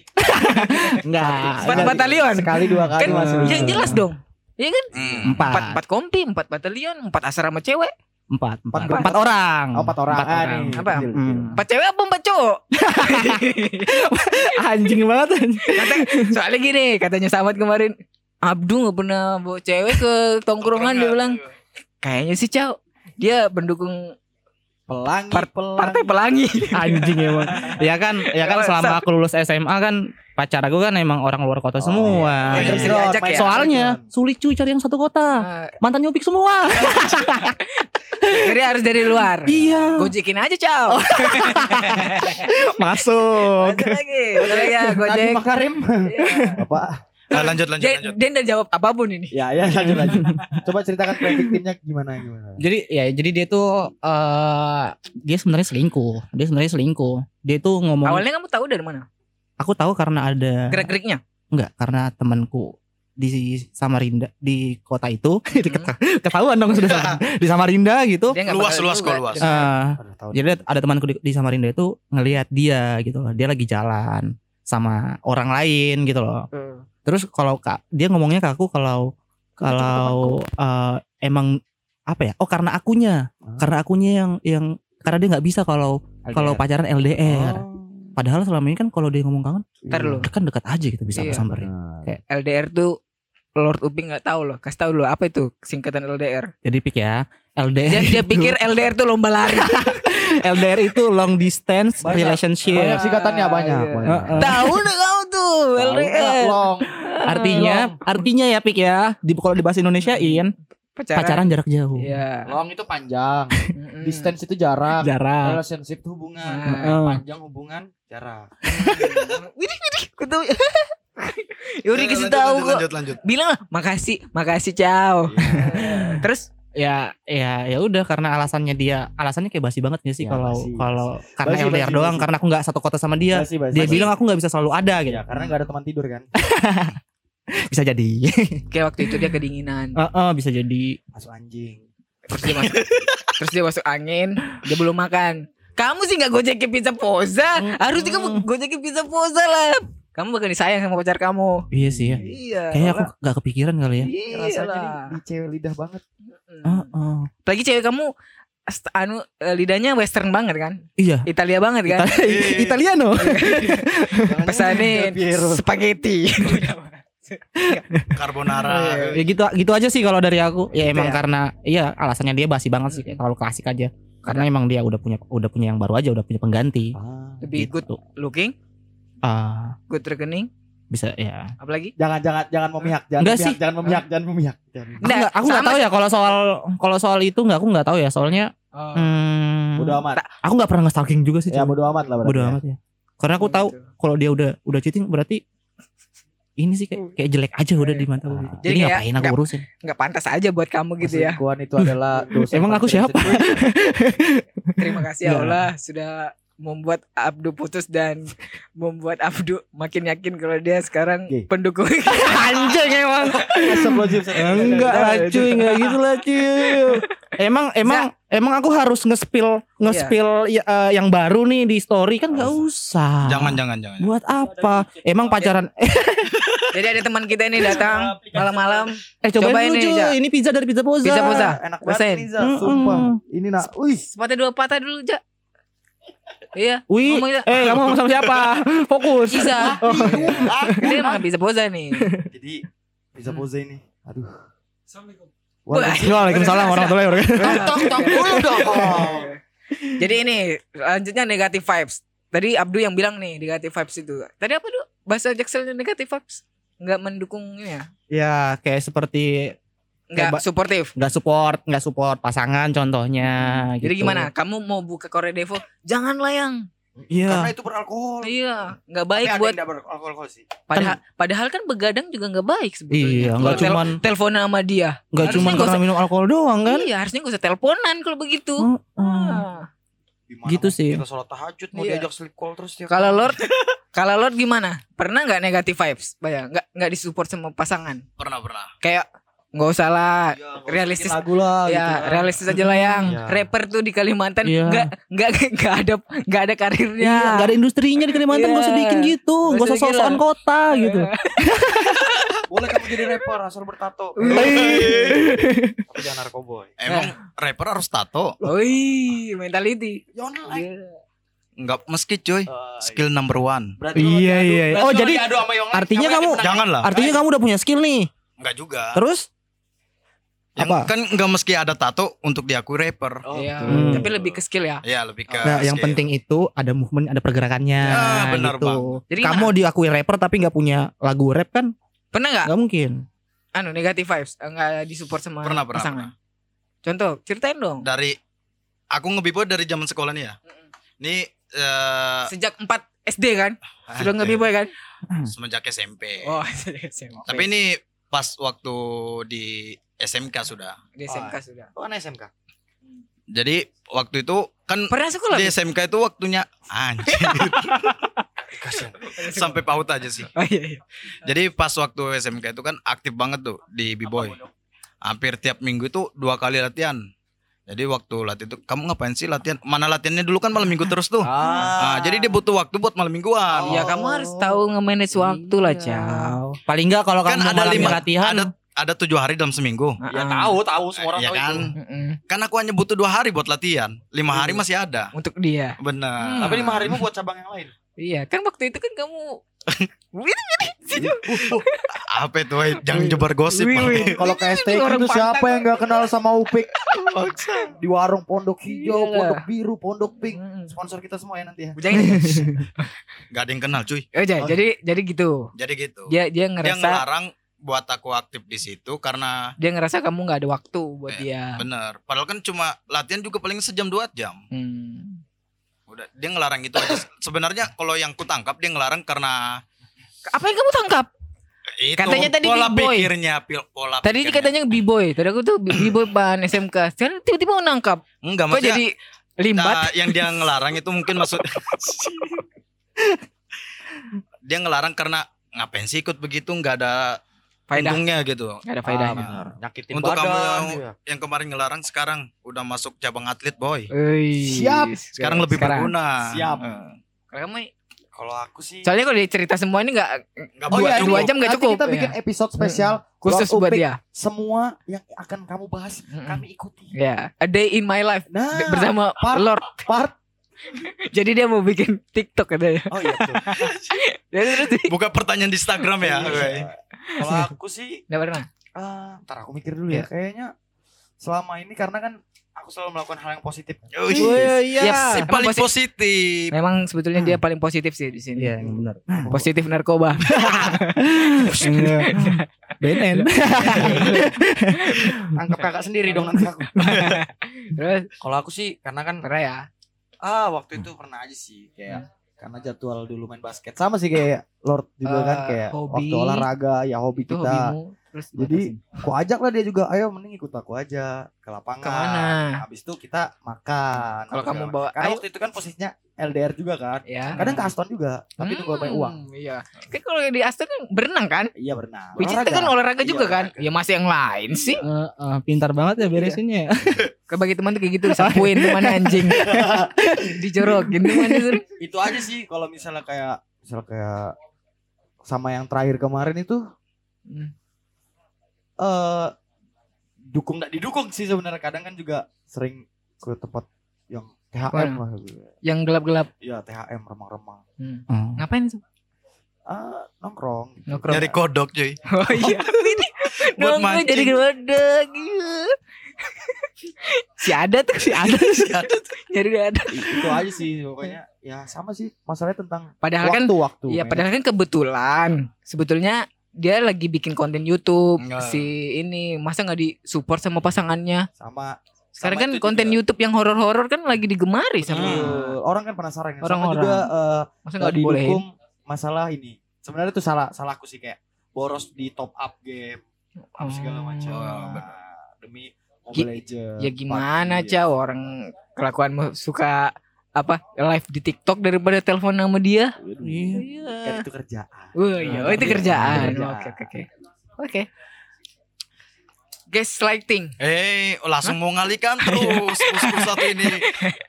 Speaker 4: Enggak.
Speaker 3: Empat
Speaker 6: Sekali-
Speaker 3: batalion.
Speaker 6: Sekali dua kali
Speaker 3: Kan
Speaker 6: masih.
Speaker 4: Aduh.
Speaker 3: yang jelas dong.
Speaker 2: Hmm.
Speaker 4: Empat.
Speaker 3: Empat, empat kompi, empat batalion, empat asrama cewek,
Speaker 4: Empat. Empat.
Speaker 6: Empat.
Speaker 4: Empat orang.
Speaker 6: Oh, empat orang. Ah,
Speaker 4: orang.
Speaker 6: nih.
Speaker 3: Apa?
Speaker 6: Deal, deal.
Speaker 4: Hmm.
Speaker 3: empat cewek apa empat cowok?
Speaker 4: Anjing banget. anjing.
Speaker 3: Kata- soalnya gini katanya sahabat kemarin, Abdu nggak pernah bawa cewek ke tongkrongan dia bilang, kayaknya sih Cao dia pendukung
Speaker 6: Pelangi,
Speaker 3: Part-
Speaker 6: pelangi.
Speaker 3: partai pelangi.
Speaker 4: Anjing emang. Ya kan, ya kan selama aku lulus SMA kan pacar aku kan emang orang luar kota
Speaker 6: Oh,
Speaker 4: semua.
Speaker 3: iya. Bisa diajak ya.
Speaker 4: Soalnya sulit cuy cari yang satu kota.
Speaker 3: Nah,
Speaker 4: Mantan nyopik semua.
Speaker 3: Jadi harus dari luar.
Speaker 4: Iya.
Speaker 3: Gojekin aja Cao.
Speaker 4: Masuk.
Speaker 3: Masuk lagi, masuk lagi ya
Speaker 6: Nabi
Speaker 3: gojek.
Speaker 6: Makarim.
Speaker 3: Iya.
Speaker 6: Bapak.
Speaker 2: Nah, lanjut, lanjut,
Speaker 3: Dia,
Speaker 2: lanjut.
Speaker 3: dia nggak jawab apapun ini.
Speaker 6: Ya, ya lanjut lanjut. Coba ceritakan playing timnya gimana gimana.
Speaker 4: Jadi ya jadi dia tuh eh dia sebenarnya selingkuh. Dia sebenarnya selingkuh. Dia tuh ngomong
Speaker 3: Awalnya kamu tahu dari mana?
Speaker 4: aku tahu karena ada
Speaker 3: Gerak-geriknya.
Speaker 4: Enggak, karena temanku di Samarinda di kota itu diketa- ketahuan dong sudah sama- di Samarinda gitu.
Speaker 3: Dia nggak
Speaker 2: Luas,
Speaker 3: bakal
Speaker 2: luas kok,
Speaker 3: juga.
Speaker 2: luas.
Speaker 4: Eh,
Speaker 6: Aduh, tahu.
Speaker 4: jadi ada temanku di, di Samarinda itu ngelihat dia gitu loh. Dia lagi jalan sama orang lain gitu loh.
Speaker 3: Hmm.
Speaker 4: Terus kalau Kak- dia ngomongnya ke aku kalau kalau eh, emang apa ya? Oh karena akunya,
Speaker 6: Ah.
Speaker 4: karena akunya yang yang karena dia nggak bisa kalau
Speaker 6: Iya.
Speaker 4: kalau pacaran
Speaker 5: Oh.
Speaker 4: LDR. Padahal selama ini kan kalau dia ngomong kangen,
Speaker 3: Ntar lu.
Speaker 4: kan dekat aja gitu bisa
Speaker 3: Iya.
Speaker 4: samperin.
Speaker 6: Nah,
Speaker 3: LDR tuh Lord Uping nggak tahu loh. Kasih tahu loh apa itu singkatan LDR.
Speaker 4: Jadi pik ya LDR
Speaker 3: Dia, dia
Speaker 4: itu-
Speaker 3: pikir LDR tuh lomba lari.
Speaker 4: LDR itu long distance
Speaker 6: Banyak.
Speaker 4: relationship
Speaker 6: Banyak singkatannya banyak.
Speaker 3: Iya.
Speaker 6: banyak.
Speaker 4: Heeh.
Speaker 3: tahu deh kamu tuh
Speaker 6: Tahu nggak,
Speaker 3: LDR.
Speaker 6: Long?
Speaker 4: artinya artinya ya pik ya di kalau di bahasa Indonesiain
Speaker 3: pacaran.
Speaker 4: pacaran jarak jauh.
Speaker 3: Iya.
Speaker 6: Long itu panjang,
Speaker 3: Mm-mm. Nah.
Speaker 6: distance itu jarak,
Speaker 4: Jarak. Hmm.
Speaker 6: relationship itu hubungan,
Speaker 4: Heeh.
Speaker 6: panjang hubungan jarak.
Speaker 3: Aku tahu. Yuri
Speaker 2: Eh,
Speaker 3: kasih
Speaker 2: Lanjut,
Speaker 3: tahu
Speaker 2: lanjut,
Speaker 3: kok.
Speaker 2: lanjut, lanjut.
Speaker 3: Bilang lah, makasih, makasih ciao.
Speaker 6: Iya.
Speaker 3: Terus
Speaker 4: Ya, ya, ya udah karena alasannya dia, alasannya kayak basi banget gak sih
Speaker 6: Ya,
Speaker 4: kalau
Speaker 6: basi,
Speaker 4: kalau karena
Speaker 6: Basi,
Speaker 4: LDR
Speaker 6: basi,
Speaker 4: doang,
Speaker 6: basi.
Speaker 4: karena aku nggak satu kota sama dia.
Speaker 6: Basi, basi.
Speaker 4: Dia bilang aku nggak bisa selalu ada gitu.
Speaker 6: ya Iya. karena nggak ada teman tidur kan.
Speaker 4: Bisa jadi.
Speaker 3: kayak waktu itu dia kedinginan.
Speaker 4: Heeh, bisa jadi.
Speaker 6: Masuk anjing.
Speaker 3: Terus dia masuk, terus dia masuk angin, dia belum makan. Kamu sih nggak gojekin pizza poza, harusnya kamu gojekin pizza poza lah. Kamu bakal disayang sama pacar kamu.
Speaker 4: Iya sih ya.
Speaker 3: Iya.
Speaker 4: Kayaknya aku nggak kepikiran kali ya.
Speaker 3: Iya
Speaker 6: Rasanya
Speaker 3: lah.
Speaker 6: di, di cewek lidah banget.
Speaker 3: Hmm.
Speaker 4: Heeh.
Speaker 3: Lagi cewek kamu st- anu eh, lidahnya western banget kan?
Speaker 4: Iya.
Speaker 3: Italia banget kan?
Speaker 2: Eh,
Speaker 4: Italiano.
Speaker 3: Pesanin spaghetti.
Speaker 4: Nah,
Speaker 2: Carbonara.
Speaker 3: Eh.
Speaker 4: ya gitu gitu aja sih kalau dari aku. Ya
Speaker 3: Gitu
Speaker 4: emang
Speaker 3: ya.
Speaker 4: karena iya alasannya dia basi banget sih kayak terlalu klasik aja. Karena emang dia udah punya udah punya yang baru aja, udah punya pengganti.
Speaker 6: Ah.
Speaker 3: Lebih good
Speaker 4: Gitu.
Speaker 3: looking,
Speaker 4: Ah,
Speaker 3: good rekening,
Speaker 4: bisa ya.
Speaker 3: apalagi?
Speaker 6: Jangan jangan jangan memihak, jangan
Speaker 4: Enggak
Speaker 6: memihak,
Speaker 4: sih.
Speaker 6: jangan memihak, jangan memihak. Jangan.
Speaker 4: Aku
Speaker 3: Nggak,
Speaker 4: nggak aku nggak
Speaker 3: sama
Speaker 4: tahu ya kalau soal kalau soal itu nggak aku nggak tahu ya soalnya hmm,
Speaker 6: Bodo amat.
Speaker 4: aku nggak pernah nge-stalking juga sih.
Speaker 6: Ya
Speaker 4: cuy.
Speaker 6: bodo amat lah berarti.
Speaker 4: Bodo
Speaker 6: ya.
Speaker 4: amat ya. Karena aku tahu
Speaker 3: Gitu.
Speaker 4: kalau dia udah udah cheating berarti ini sih kayak, kayak jelek aja udah di mata aku. gitu.
Speaker 6: Jadi
Speaker 4: Jadi,
Speaker 3: kayak
Speaker 4: ngapain aku
Speaker 3: nggak-
Speaker 4: urusin?
Speaker 3: nggak pantas aja buat kamu gitu ya.
Speaker 6: Perselingkuhan itu adalah dosa.
Speaker 4: Emang aku siapa?
Speaker 3: Terima kasih ya
Speaker 4: Nggak.
Speaker 3: Allah sudah membuat Abdu putus dan membuat Abdu makin yakin kalau dia sekarang
Speaker 6: Gay.
Speaker 3: pendukung anjing emang.
Speaker 6: Astagfirullahaladzim.
Speaker 3: Iya,
Speaker 4: Enggak lah cuy, enggak gitu lah cuy. Emang emang emang aku harus nge-spill nge-spill
Speaker 3: Iya.
Speaker 4: ya, eh, yang baru nih di story kan enggak usah.
Speaker 2: Jangan, jangan, jangan.
Speaker 4: Buat apa? Emang pacaran eh,
Speaker 3: Jadi ada teman kita nih datang malam-malam.
Speaker 4: eh cobain,
Speaker 3: Cobain
Speaker 4: dulu
Speaker 3: nih,
Speaker 4: Iya. cuy.
Speaker 3: Ja.
Speaker 4: Ini pizza dari Pizza Poza.
Speaker 3: Pizza Poza.
Speaker 6: Enak
Speaker 3: Rasain.
Speaker 6: banget Riza,
Speaker 4: Mm-mm.
Speaker 6: sumpah. Ini nak, wih.
Speaker 3: Sepatah dua patah dulu, Ja. Iya,
Speaker 4: Wih,
Speaker 3: Ngomongin, Ja.
Speaker 4: eh kamu ngomong sama siapa? Fokus.
Speaker 3: Iza.
Speaker 4: Oh,
Speaker 3: Dia emang bisa poza nih.
Speaker 6: Jadi bisa pose ini. Aduh.
Speaker 3: Wah.
Speaker 4: Waalaikumsalam warahmatullahi wabarakatuh.
Speaker 2: Tok, tok dulu dong.
Speaker 3: Jadi ini lanjutnya negative vibes. Tadi Abdu yang bilang nih negative vibes itu. Tadi apa dulu? Bahasa Jackselnya negative vibes. Enggak mendukung ini ya.
Speaker 4: Ya, kayak seperti
Speaker 3: Enggak
Speaker 4: Kayak ba-
Speaker 3: suportif.
Speaker 4: nggak support, nggak support pasangan contohnya.
Speaker 3: Hmm, Jadi
Speaker 4: gitu.
Speaker 3: gimana? Kamu mau buka Korea Devo? Jangan layang.
Speaker 4: Iya.
Speaker 5: Karena itu beralkohol.
Speaker 3: Iya, nggak
Speaker 5: Tapi
Speaker 3: baik
Speaker 5: ada
Speaker 3: buat
Speaker 5: yang beralkohol sih.
Speaker 3: padahal padahal kan begadang juga nggak baik sebetulnya.
Speaker 4: Iya, nggak
Speaker 3: gitu. Kalau
Speaker 4: cuman
Speaker 3: tel- teleponan sama dia.
Speaker 4: nggak
Speaker 3: Harusnya
Speaker 4: cuman
Speaker 3: nggak
Speaker 4: karena
Speaker 3: usah-
Speaker 4: minum alkohol doang kan? Oh.
Speaker 3: Iya, harusnya nggak usah teleponan kalau begitu.
Speaker 4: Heeh.
Speaker 3: Ah.
Speaker 5: Gimana
Speaker 4: Gitu
Speaker 5: mau
Speaker 4: sih.
Speaker 5: Kita sholat tahajud mau
Speaker 3: Iya.
Speaker 5: diajak sleep call terus tiap
Speaker 3: Kalau Lord kalau Lord gimana? Pernah nggak negative vibes? Bayang, nggak nggak disupport sama pasangan.
Speaker 2: Pernah, pernah.
Speaker 3: Kayak nggak usah lah.
Speaker 5: Iya, nggak usah
Speaker 3: Realistis
Speaker 5: bikin
Speaker 6: Lagu lah.
Speaker 3: ya, realistis aja lah yang
Speaker 6: Iya.
Speaker 3: rapper tuh di Kalimantan
Speaker 4: Iya.
Speaker 3: nggak nggak nggak ada nggak ada karirnya.
Speaker 4: Iya, gak ada industrinya di Kalimantan
Speaker 3: Iya.
Speaker 4: gak usah bikin gitu,
Speaker 3: Nggak
Speaker 4: gak usah
Speaker 3: usah
Speaker 4: sosokan
Speaker 3: gila.
Speaker 4: kota gitu.
Speaker 5: lagu. Boleh kamu jadi rapper asal bertato.
Speaker 3: Iya.
Speaker 5: Tapi jangan narkoboy. Eh,
Speaker 2: Emang
Speaker 3: Eh.
Speaker 2: rapper harus tato?
Speaker 3: Oi, mentality.
Speaker 5: Yon like.
Speaker 3: Iya.
Speaker 2: Enggak meski cuy.
Speaker 3: Oh,
Speaker 2: Skill number one.
Speaker 5: Berarti lo
Speaker 4: Iya
Speaker 5: diadu-
Speaker 4: iya.
Speaker 5: berarti
Speaker 4: Oh
Speaker 5: lo
Speaker 4: jadi
Speaker 5: diadu sama Yon Like,
Speaker 4: artinya
Speaker 5: namanya
Speaker 4: kamu-
Speaker 5: menang.
Speaker 2: Janganlah.
Speaker 4: artinya kamu udah punya skill nih.
Speaker 2: Enggak juga.
Speaker 4: Terus
Speaker 2: Yang
Speaker 4: apa?
Speaker 2: kan enggak meski ada tato untuk diakui rapper.
Speaker 5: Oh,
Speaker 3: Iya,
Speaker 6: Hmm.
Speaker 5: betul.
Speaker 3: tapi lebih ke skill ya.
Speaker 2: Ya lebih ke
Speaker 4: Nah, yang
Speaker 2: skill.
Speaker 4: penting itu ada movement, ada pergerakannya
Speaker 2: Ah, benar,
Speaker 4: gitu.
Speaker 2: Bang.
Speaker 3: Jadi
Speaker 4: Kamu diakui rapper tapi nggak punya lagu rap kan?
Speaker 3: Pernah nggak?
Speaker 4: Nggak mungkin.
Speaker 3: Anu negative vibes nggak disupport sama
Speaker 2: Pernah, pernah,
Speaker 3: pasangan. Contoh, ceritain dong.
Speaker 2: dari aku ngebibo dari zaman sekolah nih ya. Ini eh
Speaker 3: Sejak 4 SD kan? Sudah nggak
Speaker 2: anjir,
Speaker 3: b-boy kan?
Speaker 2: Semenjak SMP.
Speaker 3: Oh, sejak SMP.
Speaker 2: Tapi ini pas waktu di SMK sudah.
Speaker 3: di SMK sudah. Iya.
Speaker 5: Lo Oh, kan SMK.
Speaker 2: Jadi waktu itu kan
Speaker 3: Pernah sekolah?
Speaker 2: di SMK itu waktunya anjir
Speaker 5: Kasian.
Speaker 2: sampai paut aja sih.
Speaker 3: Oh iya iya.
Speaker 2: Jadi pas waktu SMK itu kan aktif banget tuh di B-boy. Hampir tiap minggu itu dua kali latihan. Jadi waktu latihan itu kamu ngapain sih latihan? Mana latihannya dulu kan malam minggu terus tuh. Nah,
Speaker 3: Ah.
Speaker 2: jadi dia butuh waktu buat malam mingguan.
Speaker 3: Ya kamu harus tahu
Speaker 2: iya.
Speaker 3: nge-manage waktu lah, Cao.
Speaker 4: Paling nggak kalau
Speaker 2: Kan
Speaker 4: kamu
Speaker 2: ada
Speaker 4: mengalami
Speaker 2: lima
Speaker 4: latihan
Speaker 2: ada ada tujuh hari dalam seminggu.
Speaker 5: Ya
Speaker 3: Ah,
Speaker 5: tahu, tahu semua orang
Speaker 2: ya
Speaker 5: tahu
Speaker 2: kan?
Speaker 5: itu.
Speaker 3: mm-mm.
Speaker 2: Kan aku hanya butuh dua hari buat latihan. Lima hari masih ada.
Speaker 3: Untuk dia.
Speaker 2: Bener.
Speaker 5: Tapi lima harimu buat cabang yang lain.
Speaker 3: Iya, kan waktu itu kan kamu
Speaker 2: Apa itu? woy? Jangan jebar gosip. Bang.
Speaker 6: Kalau ke STK
Speaker 3: kan orang
Speaker 6: itu siapa
Speaker 3: pantang. kan?
Speaker 6: yang gak kenal sama Upik? Di warung Pondok Hijau,
Speaker 3: Iyalah.
Speaker 6: Pondok Biru, Pondok Pink.
Speaker 3: Mm-mm.
Speaker 5: Sponsor kita semua ya nanti ya.
Speaker 3: Jangan.
Speaker 2: Gak ada yang kenal cuy.
Speaker 3: Oh, ja,
Speaker 6: Oh.
Speaker 3: jadi jadi gitu.
Speaker 2: Jadi gitu.
Speaker 3: Dia
Speaker 2: Dia
Speaker 3: dia ngerasa
Speaker 2: ngelarang buat aku aktif di situ karena
Speaker 3: Dia ngerasa kamu nggak ada waktu buat
Speaker 2: Eh,
Speaker 3: dia.
Speaker 2: bener. Padahal kan cuma latihan juga paling sejam dua jam.
Speaker 3: Hmm.
Speaker 2: Udah dia ngelarang itu aja. Sebenarnya kalau yang kutangkap dia ngelarang karena
Speaker 3: Apa yang kamu tangkap?
Speaker 2: itu
Speaker 3: Katanya tadi
Speaker 2: pola
Speaker 3: big boy.
Speaker 2: pikirnya, pil- pola
Speaker 3: Tadi
Speaker 2: pikirnya.
Speaker 3: katanya b-boy. Tadi aku tuh b-boy bahan SMK. Sekarang tiba-tiba mau nangkap.
Speaker 2: enggak
Speaker 3: Kok
Speaker 2: maksudnya
Speaker 3: jadi limbat?
Speaker 2: Nah, yang dia ngelarang itu mungkin maksud dia ngelarang karena ngapain sih ikut begitu nggak ada
Speaker 3: Faedah.
Speaker 2: untungnya gitu.
Speaker 3: Nggak ada faedahnya.
Speaker 2: benar.
Speaker 8: Nyakitin
Speaker 2: Untuk kamu
Speaker 8: badan,
Speaker 2: yang,
Speaker 8: iya.
Speaker 2: yang kemarin ngelarang sekarang udah masuk cabang atlet boy.
Speaker 3: Wih.
Speaker 6: Siap.
Speaker 2: Sekarang lebih
Speaker 3: Sekarang.
Speaker 2: berguna.
Speaker 5: Siap.
Speaker 2: Eh,
Speaker 3: Kalau Kamu
Speaker 5: Kalau aku sih
Speaker 3: Soalnya kalau dia cerita semua ini nggak
Speaker 2: nggak
Speaker 3: Oh,
Speaker 2: boleh
Speaker 3: iya,
Speaker 2: cukup.
Speaker 3: dua jam nggak
Speaker 6: Nanti
Speaker 3: cukup.
Speaker 6: kita bikin
Speaker 3: Iya.
Speaker 6: episode spesial
Speaker 3: khusus
Speaker 6: Luar
Speaker 3: buat
Speaker 6: upik.
Speaker 3: dia. Hmm,
Speaker 6: semua yang akan kamu bahas kami ikuti.
Speaker 3: Ya, a day in my life
Speaker 6: Nah,
Speaker 3: bersama
Speaker 6: Par-
Speaker 3: Lord.
Speaker 6: part
Speaker 3: Jadi dia mau bikin TikTok katanya.
Speaker 6: oh iya betul.
Speaker 3: Ya terus
Speaker 2: Buka pertanyaan di Instagram ya.
Speaker 5: Iya. kalau aku sih
Speaker 3: Nggak pernah.
Speaker 5: Ah, ntar aku mikir dulu
Speaker 3: Iya.
Speaker 5: ya. Kayaknya selama ini karena kan aku selalu melakukan hal yang positif.
Speaker 2: Wih,
Speaker 4: iya.
Speaker 3: Yes.
Speaker 2: Si
Speaker 3: Emang
Speaker 2: paling
Speaker 3: posi-
Speaker 2: positif.
Speaker 3: Memang sebetulnya
Speaker 6: Ah.
Speaker 3: dia paling positif sih di sini.
Speaker 4: Iya, benar.
Speaker 3: Positif narkoba.
Speaker 4: Benen.
Speaker 5: Angkat kakak
Speaker 3: Iya.
Speaker 5: sendiri dong nanti aku.
Speaker 3: Terus
Speaker 5: Kalau aku sih karena kan
Speaker 3: pernah ya.
Speaker 5: ah waktu itu pernah aja sih
Speaker 3: Hmm.
Speaker 5: kayak
Speaker 6: Karena jadwal dulu main basket sama sih kayak Lord juga
Speaker 3: Eh,
Speaker 6: kan kayak
Speaker 3: hobi.
Speaker 6: waktu olahraga ya hobi
Speaker 3: Itu
Speaker 6: kita.
Speaker 3: hobimu. Terus
Speaker 6: Jadi aku ajak lah dia juga. Ayo mending ikut aku aja ke lapangan.
Speaker 3: Kemana?
Speaker 6: Habis itu kita makan. Apa
Speaker 3: Kalau kamu
Speaker 6: segala
Speaker 3: bawa-
Speaker 6: macam. karena
Speaker 3: ayo.
Speaker 6: waktu itu kan posisinya LDR juga kan.
Speaker 3: ya.
Speaker 6: Kadang ke Aston juga, tapi itu gak banyak uang.
Speaker 3: Hmm, Iya. Kan kalau di Aston kan berenang kan?
Speaker 6: Iya berenang.
Speaker 3: Which is itu kan olahraga
Speaker 6: Iya,
Speaker 3: juga kan?
Speaker 6: olahraga. Iya.
Speaker 3: Ya masih yang lain sih.
Speaker 4: Eh, eh, pintar banget ya beresinnya. ya.
Speaker 3: Kebagi teman tuh kayak gitu disapuin teman anjing. Dijorokin teman itu.
Speaker 5: itu aja sih kalau misalnya kayak
Speaker 6: Misal kayak sama yang terakhir kemarin itu
Speaker 3: Hmm.
Speaker 6: eh
Speaker 5: dukung nggak didukung sih sebenarnya kadang kan juga
Speaker 6: sering ke tempat yang
Speaker 3: Mana?
Speaker 6: THM lah gitu.
Speaker 3: Yang gelap-gelap. Hmm.
Speaker 6: Ya THM remang-remang.
Speaker 4: Oh.
Speaker 3: Ngapain sih?
Speaker 6: Ah, nongkrong. gitu.
Speaker 3: Nongkrong.
Speaker 2: Nyari kodok cuy.
Speaker 3: Oh iya. Ini
Speaker 2: Buat
Speaker 3: nongkrong
Speaker 2: mancing.
Speaker 3: jadi gedeg. si ada tuh si ada
Speaker 2: Si ada
Speaker 3: nyari ada.
Speaker 6: itu aja sih pokoknya. Ya sama sih masalahnya tentang
Speaker 3: Padahal kan
Speaker 6: waktu-waktu.
Speaker 3: Iya,
Speaker 6: men.
Speaker 3: padahal kan kebetulan sebetulnya dia lagi bikin konten YouTube
Speaker 2: Enggak.
Speaker 3: si ini masa nggak disupport sama pasangannya
Speaker 6: sama
Speaker 3: sekarang
Speaker 5: Sama
Speaker 3: kan
Speaker 5: itu
Speaker 3: konten
Speaker 5: juga. Nah.
Speaker 3: YouTube yang horor-horor kan lagi digemari sama
Speaker 6: eh, orang kan penasaran kan. sama
Speaker 3: Orang-orang.
Speaker 6: juga eh,
Speaker 3: masa
Speaker 6: nggak
Speaker 3: nggak dibolehin
Speaker 6: didukung masalah ini. Sebenarnya itu salah salahku sih kayak boros di top up game apa segala
Speaker 3: Oh.
Speaker 6: macam. Nah,
Speaker 2: Oh,
Speaker 6: demi
Speaker 3: Gi-
Speaker 6: Mobile Legends.
Speaker 3: ya gimana
Speaker 6: PUBG.
Speaker 3: cah orang kelakuanmu suka apa live di TikTok daripada telepon sama dia
Speaker 6: Waduh, Kan
Speaker 3: iya
Speaker 6: itu kerjaan.
Speaker 3: oh iya oh, itu
Speaker 6: Iya,
Speaker 3: kerjaan
Speaker 6: kerjaan.
Speaker 3: oke oke oke oke guys lighting
Speaker 2: Eh, langsung mau ngalihkan terus bosku satu ini.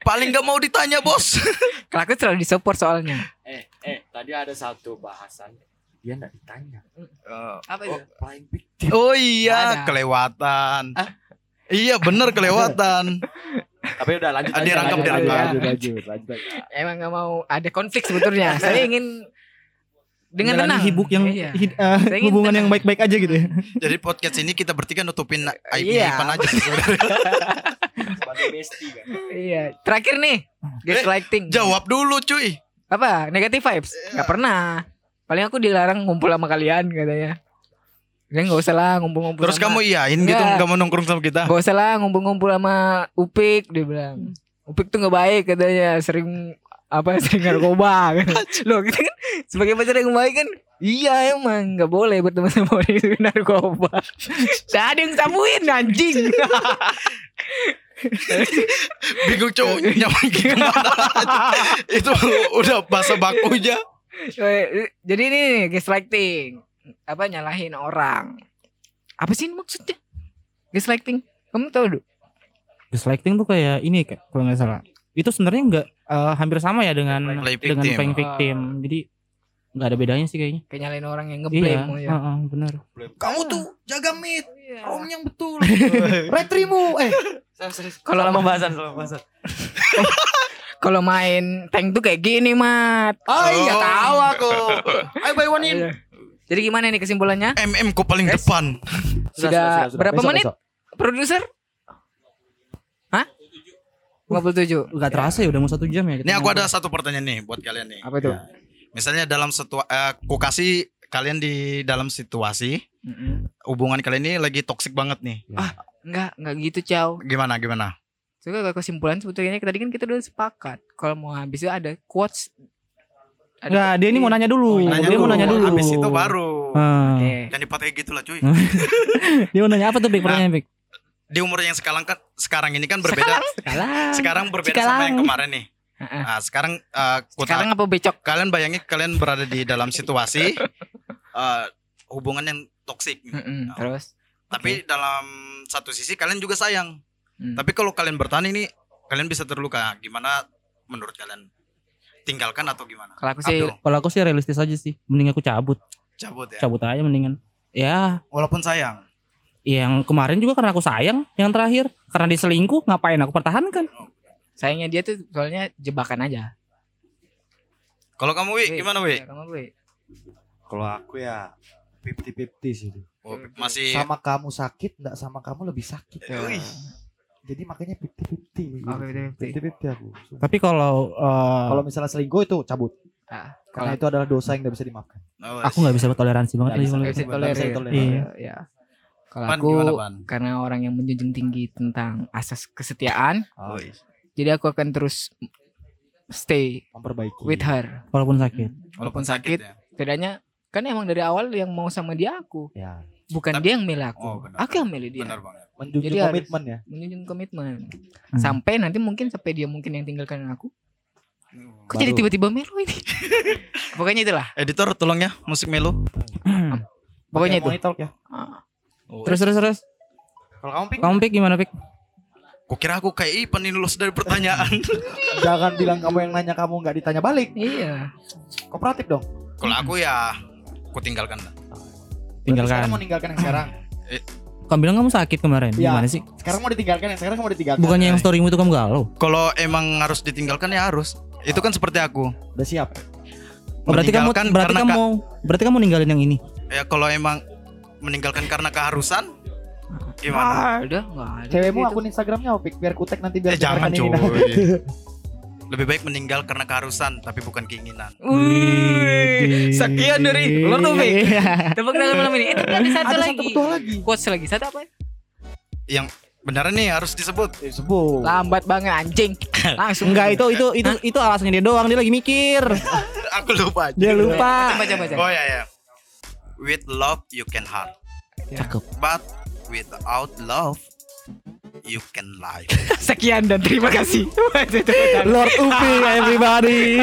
Speaker 2: Paling nggak mau ditanya, Bos.
Speaker 3: kelakuan selalu disupport soalnya
Speaker 5: eh eh tadi ada satu bahasan dia nggak ditanya
Speaker 2: Eh,
Speaker 3: apa itu
Speaker 5: oh playing victim
Speaker 2: Oh iya,
Speaker 3: Ada.
Speaker 2: kelewatan. Iya bener kelewatan.
Speaker 5: tapi udah lanjut
Speaker 2: Ah,
Speaker 5: aja,
Speaker 2: dirangkap,
Speaker 5: lanjut aja.
Speaker 2: dirangkap.
Speaker 6: Lanjut, lanjut, lanjut, lanjut.
Speaker 3: emang nggak mau ada konflik sebetulnya. Saya ingin dengan
Speaker 4: Menjalani
Speaker 3: tenang.
Speaker 4: hibuk yang
Speaker 3: Iya.
Speaker 4: hid- eh,
Speaker 3: Saya ingin
Speaker 4: hubungan
Speaker 3: tenang.
Speaker 4: yang baik-baik aja gitu ya.
Speaker 2: Jadi podcast ini kita bertiga nutupin aib
Speaker 3: Iya.
Speaker 2: Ipan aja sih sebenarnya.
Speaker 5: sebagai bestie kan
Speaker 3: Iya. Terakhir nih, gaslighting.
Speaker 2: Eh, Jawab Iya. dulu cuy.
Speaker 3: Apa? Negative vibes? Gak pernah. Paling aku dilarang ngumpul sama kalian katanya. Ya nggak usah lah ngumpul-ngumpul.
Speaker 2: Terus
Speaker 3: sama,
Speaker 2: kamu iyain gitu
Speaker 3: Enggak.
Speaker 2: nggak mau nongkrong sama kita.
Speaker 3: Gak usah lah ngumpul-ngumpul sama Upik dia bilang. Upik tuh nggak baik katanya, sering apa sering narkoba kan. Loh kita kan sebagai pacar yang baik kan Iya emang nggak boleh berteman sama orang yang sering narkoba. Gak ada yang samuin anjing.
Speaker 2: Bingung cowok nyaman gimana. Itu udah bahasa bakunya.
Speaker 3: Eh, Jadi ini nih, gaslighting. Apa nyalahin orang. Apa sih ini maksudnya? Gaslighting. Kamu tahu dulu?
Speaker 4: Gaslighting tuh kayak ini kayak kalau nggak salah. Itu sebenarnya nggak eh, hampir sama ya dengan
Speaker 2: Play victim. Ah.
Speaker 4: dengan playing victim. Jadi nggak ada bedanya sih kayaknya.
Speaker 3: Kayak nyalahin orang yang
Speaker 4: Iya,
Speaker 3: ngeblame.
Speaker 4: heeh, benar.
Speaker 2: Kamu tuh jaga mid.
Speaker 3: Oh,
Speaker 2: yang betul.
Speaker 6: Retrimu eh
Speaker 3: Kalau
Speaker 5: kalau
Speaker 3: ma-
Speaker 5: pembahasan selama pembahasan
Speaker 3: kalau main tank tuh kayak gini, Mat.
Speaker 5: oh iya
Speaker 2: Oh.
Speaker 5: tahu aku ayo buy one in
Speaker 3: Iya. Jadi gimana nih kesimpulannya?
Speaker 2: MM kok paling depan.
Speaker 3: Sudah, berapa
Speaker 6: Besok,
Speaker 3: menit?
Speaker 6: besok.
Speaker 3: Produser? Hah? 57.
Speaker 4: Gak terasa ya udah mau satu jam ya. kita
Speaker 2: Nih Iya. aku
Speaker 4: ngobrol.
Speaker 2: ada satu pertanyaan nih buat kalian nih. Ya.
Speaker 3: Apa itu?
Speaker 2: Misalnya dalam situa eh, aku kasih kalian di dalam situasi
Speaker 3: Mm-mm.
Speaker 2: hubungan kalian ini lagi toksik banget nih.
Speaker 3: Ya. Enggak, enggak gitu, Ciao.
Speaker 2: Gimana gimana?
Speaker 3: So kalau kesimpulan sebetulnya tadi kan kita udah sepakat kalau mau habis itu ada quotes.
Speaker 4: Enggak, dia ini mau nanya dulu.
Speaker 2: Nanya
Speaker 4: Iya, dia mau
Speaker 2: dulu.
Speaker 4: nanya dulu.
Speaker 2: Habis itu baru.
Speaker 4: Ah.
Speaker 3: Oke.
Speaker 2: Jangan dipakai gitu lah cuy.
Speaker 4: Dia mau nanya apa tuh, Bik?
Speaker 2: Nah,
Speaker 4: Pertanyaan, Bik.
Speaker 2: Di umur yang sekarang kan sekarang ini kan berbeda.
Speaker 3: Sekarang.
Speaker 2: Sekarang berbeda sama
Speaker 3: Sekarang.
Speaker 2: yang kemarin nih.
Speaker 3: Heeh.
Speaker 2: Nah, sekarang eh, kuota-
Speaker 3: Sekarang apa becok?
Speaker 2: kalian bayangin kalian berada di dalam situasi eh, hubungan yang toksik.
Speaker 3: Mm-mm,
Speaker 2: Nah,
Speaker 3: Terus.
Speaker 2: Tapi dalam satu sisi kalian juga sayang.
Speaker 3: Hmm.
Speaker 2: Tapi kalau kalian bertahan ini kalian bisa terluka. Gimana menurut kalian? Tinggalkan atau gimana?
Speaker 3: Kalau aku sih
Speaker 2: Abdul,
Speaker 4: Kalau aku sih realistis aja sih. Mending aku cabut.
Speaker 2: cabut ya.
Speaker 4: Cabut aja mendingan. Ya,
Speaker 2: Walaupun sayang.
Speaker 4: yang kemarin juga karena aku sayang. Yang terakhir karena diselingkuh, ngapain aku pertahankan?
Speaker 3: sayangnya dia tuh soalnya jebakan aja.
Speaker 2: Kalau kamu Wi, gimana Iya. Wi?
Speaker 3: Ya, kamu, Wi.
Speaker 6: Kalau aku ya 50-50 sih. Du.
Speaker 2: Oh, masih
Speaker 6: Sama kamu sakit nggak sama kamu lebih sakit. ya.
Speaker 2: Wih.
Speaker 6: Jadi makanya 50-50.
Speaker 3: Oh, 50-50.
Speaker 6: 50-50 aku. sumpah.
Speaker 4: Tapi kalau eh,
Speaker 6: Kalau misalnya selingkuh itu cabut.
Speaker 3: Ah,
Speaker 6: Karena
Speaker 3: kalau
Speaker 6: itu adalah dosa yang nggak bisa dimaafkan.
Speaker 2: Oh,
Speaker 4: aku nggak bisa bertoleransi banget
Speaker 6: Nggak
Speaker 4: lagi
Speaker 6: bisa,
Speaker 4: kalau
Speaker 3: Nggak
Speaker 4: itu.
Speaker 3: bisa tolerir.
Speaker 6: Nggak bisa tolerir.
Speaker 3: Iya, iya. Kalau
Speaker 2: Pan,
Speaker 3: aku
Speaker 2: gimana, Pan?
Speaker 3: karena orang yang menjunjung tinggi tentang asas kesetiaan,
Speaker 6: Oh,
Speaker 3: jadi aku akan terus stay
Speaker 6: Memperbaiki.
Speaker 3: with her.
Speaker 4: walaupun sakit.
Speaker 2: Iya. Walaupun sakit, ya.
Speaker 3: Setidaknya kan emang dari awal yang mau sama dia aku,
Speaker 6: Ya.
Speaker 3: bukan
Speaker 2: Tapi-
Speaker 3: dia yang milih aku.
Speaker 2: Oh, benar.
Speaker 3: aku yang milih dia.
Speaker 2: Benar banget.
Speaker 6: Menjunjung
Speaker 3: Jadi harus-
Speaker 6: komitmen ya.
Speaker 3: Menjunjung komitmen.
Speaker 4: Hmm.
Speaker 3: Sampai nanti mungkin sampai dia mungkin yang tinggalkan aku. Kok jadi
Speaker 6: Baru.
Speaker 3: tiba-tiba melo ini? Pokoknya itulah.
Speaker 2: Editor tolong ya musik melo.
Speaker 3: Pokoknya
Speaker 6: Pakai
Speaker 3: itu.
Speaker 6: monitor ya.
Speaker 4: Terus terus terus.
Speaker 6: Kalau kamu pik,
Speaker 4: Kamu pik gimana pik?
Speaker 2: Kok kira aku kayak Ipan ini lulus dari pertanyaan.
Speaker 6: jangan bilang kamu yang nanya kamu nggak ditanya balik.
Speaker 3: Iya.
Speaker 6: Kooperatif dong.
Speaker 2: Kalau aku ya aku tinggalkan lah.
Speaker 6: Berarti Sekarang
Speaker 4: Tinggalkan.
Speaker 6: mau ninggalkan yang sekarang.
Speaker 4: Kamu bilang kamu sakit kemarin.
Speaker 6: Iya.
Speaker 4: Gimana sih?
Speaker 6: Sekarang mau ditinggalkan yang sekarang mau ditinggalkan.
Speaker 4: Bukannya yang storymu itu kamu galau?
Speaker 2: Kalau emang harus ditinggalkan ya harus. Itu kan seperti aku.
Speaker 6: udah siap.
Speaker 4: Oh, berarti kamu
Speaker 2: Meninggalkan
Speaker 4: berarti
Speaker 2: karena
Speaker 4: kamu mau- berarti kamu ninggalin yang ini.
Speaker 2: ya kalau emang meninggalkan karena keharusan gimana?
Speaker 3: Ah, udah enggak ada.
Speaker 6: Cewekmu
Speaker 3: Itu.
Speaker 6: akun Instagramnya opik biar kutek nanti biar
Speaker 2: Eh,
Speaker 6: dengarkan
Speaker 2: jangan
Speaker 6: ini, nah.
Speaker 2: cuy. Lebih baik meninggal karena keharusan tapi bukan keinginan.
Speaker 3: Wih.
Speaker 4: Widih.
Speaker 3: Sekian dari Lord Topik.
Speaker 4: Iya.
Speaker 3: Tepuk tangan malam ini. Eh, tapi ada satu
Speaker 6: Ada satu
Speaker 3: lagi.
Speaker 6: ketua lagi.
Speaker 3: Quotes lagi. Satu apa?
Speaker 2: Beneran nih harus disebut.
Speaker 6: Disebut.
Speaker 3: Lambat banget anjing. Langsung
Speaker 4: Enggak itu itu itu itu alasannya dia doang dia lagi mikir.
Speaker 2: Aku lupa.
Speaker 4: Dia lupa.
Speaker 3: Baca baca.
Speaker 2: Oh ya ya. With love you can hurt,
Speaker 4: Cakep.
Speaker 2: but without love you can lie.
Speaker 3: Sekian dan terima kasih. Baca, baca, baca.
Speaker 4: Lord Upi everybody.